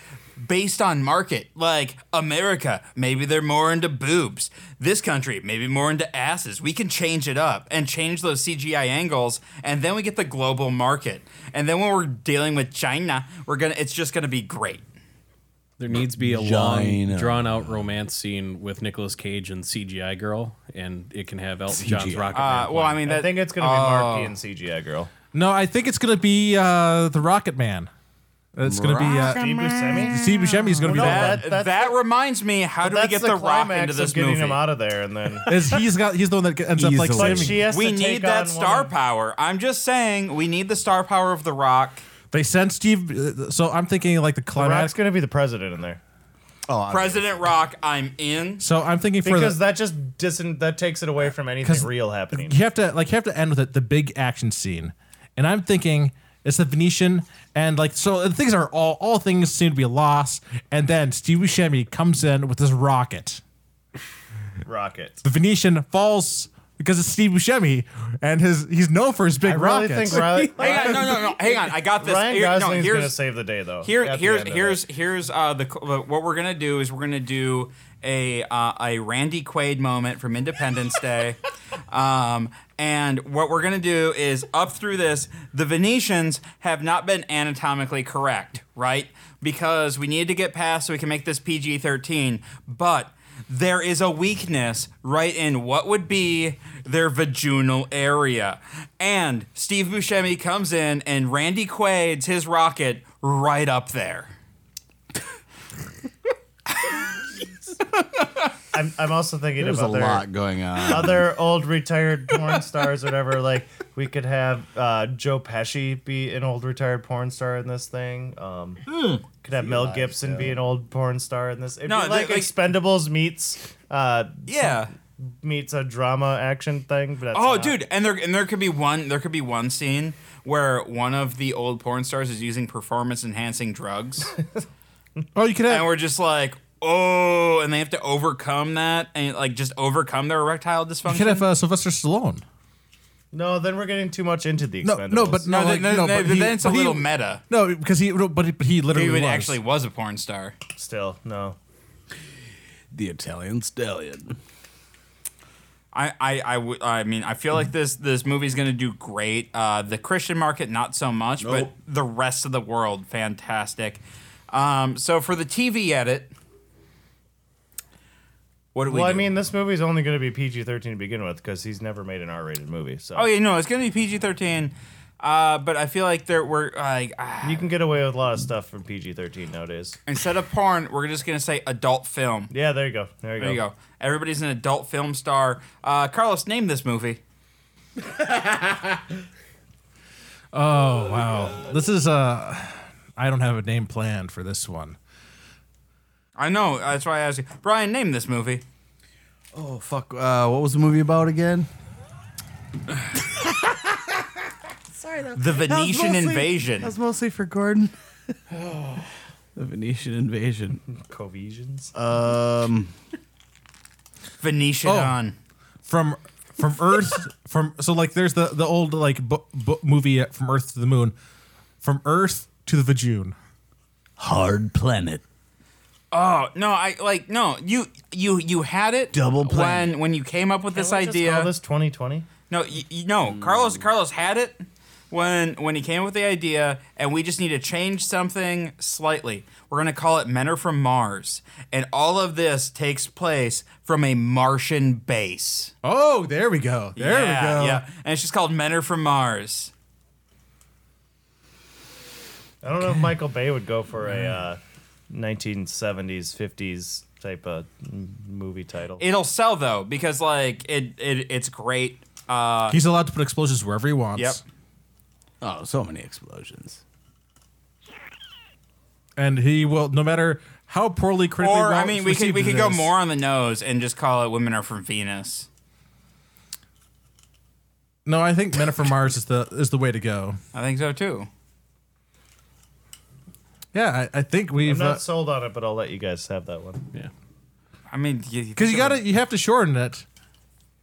Speaker 1: based on market. Like America, maybe they're more into boobs. This country, maybe more into asses. We can change it up and change those CGI angles, and then we get the global market. And then when we're dealing with China, we're gonna it's just gonna be great.
Speaker 5: There needs to be a
Speaker 3: Vagina.
Speaker 5: long, drawn out romance scene with Nicolas Cage and CGI girl, and it can have Elton John's
Speaker 3: CGI.
Speaker 5: Rocket.
Speaker 1: Uh,
Speaker 5: Man
Speaker 1: well, I mean,
Speaker 5: playing.
Speaker 4: I
Speaker 1: that, Oh.
Speaker 4: think it's gonna be Marky and CGI girl.
Speaker 2: no, I think it's gonna be uh, the Rocket Man. It's going to be uh,
Speaker 4: Steve Buscemi?
Speaker 2: Steve Buscemi's going to be
Speaker 4: Well,
Speaker 2: the
Speaker 4: no,
Speaker 2: one.
Speaker 4: that- that's
Speaker 1: that reminds me, how do we
Speaker 4: That's
Speaker 1: get
Speaker 4: the,
Speaker 1: the, Rock
Speaker 4: climax
Speaker 1: into this
Speaker 4: of getting
Speaker 1: movie?
Speaker 4: him out of there, and then
Speaker 2: Is he's got he's the one that ends up like
Speaker 3: Easily.
Speaker 4: but
Speaker 2: saving.
Speaker 4: she has
Speaker 1: we
Speaker 4: to take
Speaker 1: need that
Speaker 4: on
Speaker 1: star
Speaker 4: one-
Speaker 1: power. I'm just saying, we need the star power of the Rock.
Speaker 2: They send Steve. uh, So I'm thinking like the
Speaker 4: The Rock's
Speaker 2: climax.
Speaker 4: gonna be the president in there
Speaker 1: President Rock, I'm in.
Speaker 2: So I'm thinking for
Speaker 4: because
Speaker 2: the,
Speaker 4: that just doesn't that takes it away from anything
Speaker 2: 'Cause
Speaker 4: real happening.
Speaker 2: you have to like you have to end with it, the big action scene, and I'm thinking it's the Venetian, and like so the things are all all things seem to be lost, and then Steve Buscemi comes in with this rocket.
Speaker 4: Rocket.
Speaker 2: The Venetian falls because it's Steve Buscemi, and his he's known for his big
Speaker 4: I really
Speaker 2: rockets.
Speaker 4: think Ryan,
Speaker 1: Hang on, no, no, no. Hang on. I got this.
Speaker 4: Ryan
Speaker 1: Here- no,
Speaker 4: Gosling's
Speaker 1: here's-
Speaker 4: gonna save the day though.
Speaker 1: Here,
Speaker 4: at the
Speaker 1: here's
Speaker 4: end of
Speaker 1: here's
Speaker 4: it.
Speaker 1: here's uh the uh, what we're gonna do is we're gonna do a uh, a Randy Quaid moment from Independence Day, um, and what we're gonna do is up through this. The Venetians have not been anatomically correct, right? Because we need to get past so we can make this PG thirteen, but. There is a weakness right in what would be their vaginal area. And Steve Buscemi comes in and Randy Quaid's his rocket right up there.
Speaker 4: I'm, I'm also thinking
Speaker 3: There's a
Speaker 4: about their,
Speaker 3: lot going on.
Speaker 4: other old retired porn stars or whatever. Like we could have uh, Joe Pesci be an old retired porn star in this thing. Um, Could have Mel Gibson be an old porn star in this. It'd be
Speaker 1: No, they-
Speaker 4: like,
Speaker 1: like-
Speaker 4: Expendables meets uh,
Speaker 1: Yeah.
Speaker 4: meets a drama action thing. But that's
Speaker 1: Oh,
Speaker 4: not-
Speaker 1: dude, and there and there could be one there could be one scene where one of the old porn stars is using performance enhancing drugs,
Speaker 2: oh, you could
Speaker 1: and
Speaker 2: have
Speaker 1: we're just like, oh, and they have to overcome that and like just overcome their erectile
Speaker 2: you could have
Speaker 1: dysfunction.
Speaker 2: uh, Sylvester Stallone.
Speaker 4: No, then we're getting too much into the
Speaker 2: No,
Speaker 4: Expendables.
Speaker 2: no, but
Speaker 1: No,
Speaker 2: no, like,
Speaker 1: no, no,
Speaker 2: but
Speaker 1: no,
Speaker 2: he-
Speaker 1: then it's a
Speaker 2: but he-
Speaker 1: little meta.
Speaker 2: No, because he, no, but, but he literally
Speaker 1: He would
Speaker 2: was.
Speaker 1: actually was a porn star.
Speaker 4: still no.
Speaker 3: the Italian stallion.
Speaker 1: I, I, I, w- I mean, I feel like this this movie's gonna do great. Uh, the Christian market, not so much,
Speaker 3: Nope.
Speaker 1: but the rest of the world, fantastic. Um, so for the TV edit, what do we?
Speaker 4: Well, I
Speaker 1: do?
Speaker 4: mean, this movie's only going to be PG-13 to begin with because he's never made an R-rated movie. So
Speaker 1: oh yeah, no, it's gonna be PG thirteen. Uh, but I feel like there we're like ah,
Speaker 4: you can get away with a lot of stuff from PG-13 nowadays.
Speaker 1: instead of porn, we're just gonna say adult film.
Speaker 4: Yeah, there you go. There you
Speaker 1: There
Speaker 4: go.
Speaker 1: you go. Everybody's an adult film star. Uh, Carlos, name this movie.
Speaker 2: Oh wow, this is uh, I don't have a name planned for this one.
Speaker 1: I know that's why I asked you, Brian. Name this movie.
Speaker 3: Oh fuck! Uh, what was the movie about again?
Speaker 1: The Venetian Invasion.
Speaker 3: That's mostly for Gordon. the Venetian invasion.
Speaker 4: Cohesions.
Speaker 3: Um,
Speaker 1: Venetian
Speaker 2: Oh.
Speaker 1: on.
Speaker 2: From from Earth from so like there's the the old like bu- bu- movie uh, from Earth to the Moon, from Earth to the Vajune.
Speaker 3: hard planet.
Speaker 1: Oh no! I like no. You you you had it
Speaker 3: Double plan.
Speaker 1: when when you came up with this
Speaker 4: Can we just
Speaker 1: idea.
Speaker 4: Call this 2020.
Speaker 1: no, you, you, no. Carlos
Speaker 2: Hmm.
Speaker 1: Carlos had it when when he came up with the idea, and we just need to change something slightly. We're gonna call it Men Are From Mars, and all of this takes place from a Martian base.
Speaker 2: Oh, there we go. There we
Speaker 1: yeah,
Speaker 2: go.
Speaker 1: Yeah, and it's just called Men Are From Mars.
Speaker 4: I don't know if Michael Bay would go for a uh, 1970s, 50s type of m- movie title.
Speaker 1: It'll sell though because like it, it it's great. Uh,
Speaker 2: He's allowed to put explosions wherever he wants.
Speaker 1: Yep.
Speaker 3: Oh, so many explosions.
Speaker 2: And he will, no matter how poorly critically.
Speaker 1: or
Speaker 2: well
Speaker 1: I mean, we could
Speaker 2: received
Speaker 1: we
Speaker 2: it
Speaker 1: could go
Speaker 2: is.
Speaker 1: more on the nose and just call it Women Are From Venus.
Speaker 2: No, I think Men Are from Mars is the is the way to go.
Speaker 1: I think so too.
Speaker 2: Yeah, I, I think
Speaker 4: I'm
Speaker 2: we've uh,
Speaker 4: not sold on it, but I'll let you guys have that one.
Speaker 5: Yeah.
Speaker 1: I mean, you-
Speaker 2: because you got to you have to shorten it,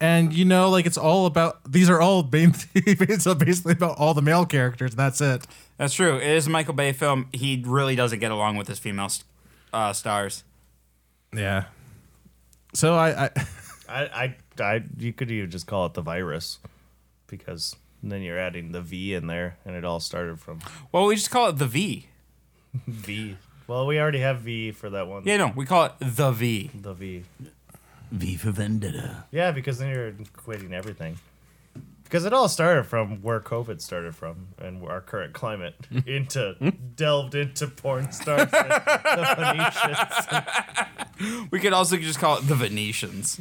Speaker 2: and you know, like it's all about these are all main it's basically about all the male characters. and That's it.
Speaker 1: That's true. It is a Michael Bay film. He really doesn't get along with his female s- uh, stars.
Speaker 2: Yeah. So I, I
Speaker 4: I, I, I, you could even just call it the virus, because then you're adding the V in there, and it all started from
Speaker 1: Well, we just call it the V.
Speaker 4: V. Well, we already have V for that one.
Speaker 1: Yeah, no, we call it the V.
Speaker 4: The V.
Speaker 3: V for Vendetta.
Speaker 4: Yeah, because then you're equating everything. Because it all started from where COVID started from and our current climate into delved into porn stars. and the Phoenicians.
Speaker 1: We could also just call it the Venetians.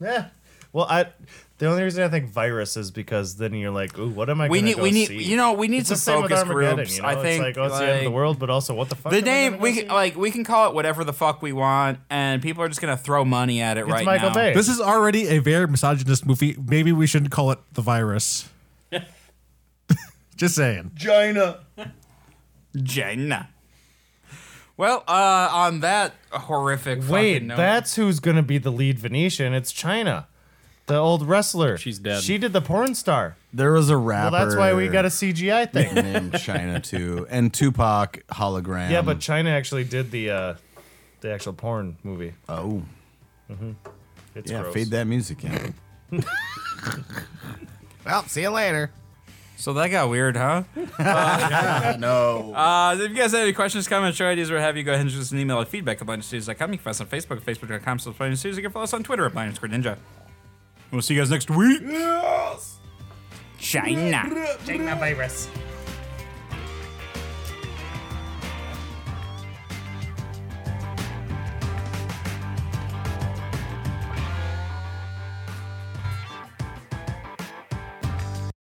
Speaker 4: Yeah. Well, I the only reason I think virus is because then you're like, ooh, what am I?
Speaker 1: We
Speaker 4: gonna
Speaker 1: need,
Speaker 4: go
Speaker 1: we need,
Speaker 4: see?
Speaker 1: you know, we need
Speaker 4: It's the
Speaker 1: some
Speaker 4: same with
Speaker 1: focus
Speaker 4: Armageddon,
Speaker 1: groups.
Speaker 4: you know?
Speaker 1: I
Speaker 4: It's
Speaker 1: think
Speaker 4: like, oh, it's the end of the
Speaker 1: like,
Speaker 4: world, but also what the fuck?
Speaker 1: The
Speaker 4: am I gonna
Speaker 1: name
Speaker 4: go
Speaker 1: we
Speaker 4: see?
Speaker 1: can, oh, like we can call it whatever the fuck we want, and people are just gonna throw money at it
Speaker 4: it's
Speaker 1: right
Speaker 4: Michael
Speaker 1: now.
Speaker 4: Bay.
Speaker 2: This is already a very misogynist movie. Maybe we shouldn't call it The Virus. Just saying.
Speaker 1: Jenna. Well, uh, on that horrific.
Speaker 4: Wait,
Speaker 1: fucking note,
Speaker 4: that's who's gonna be the lead Venetian. It's China, the old wrestler.
Speaker 5: She's dead.
Speaker 4: She did the porn star.
Speaker 3: There was a rapper.
Speaker 4: Well, that's why we got a CGI thing.
Speaker 3: named China too, and Tupac hologram.
Speaker 4: yeah, but China actually did the uh, the actual porn movie.
Speaker 1: Uh,
Speaker 3: oh,
Speaker 4: It's
Speaker 3: yeah,
Speaker 4: gross.
Speaker 3: fade that music in. well, see you later.
Speaker 1: so that got weird, huh?
Speaker 3: No.
Speaker 1: Uh, if you guys have any questions, comments, show ideas, or what have you, go ahead and shoot us an email at feedback at blindstudios.com. You can find us on Facebook at facebook.com slash blindstudios. You can follow us on Twitter at blind underscore ninja. We'll see you guys next week. China.
Speaker 7: Take my virus.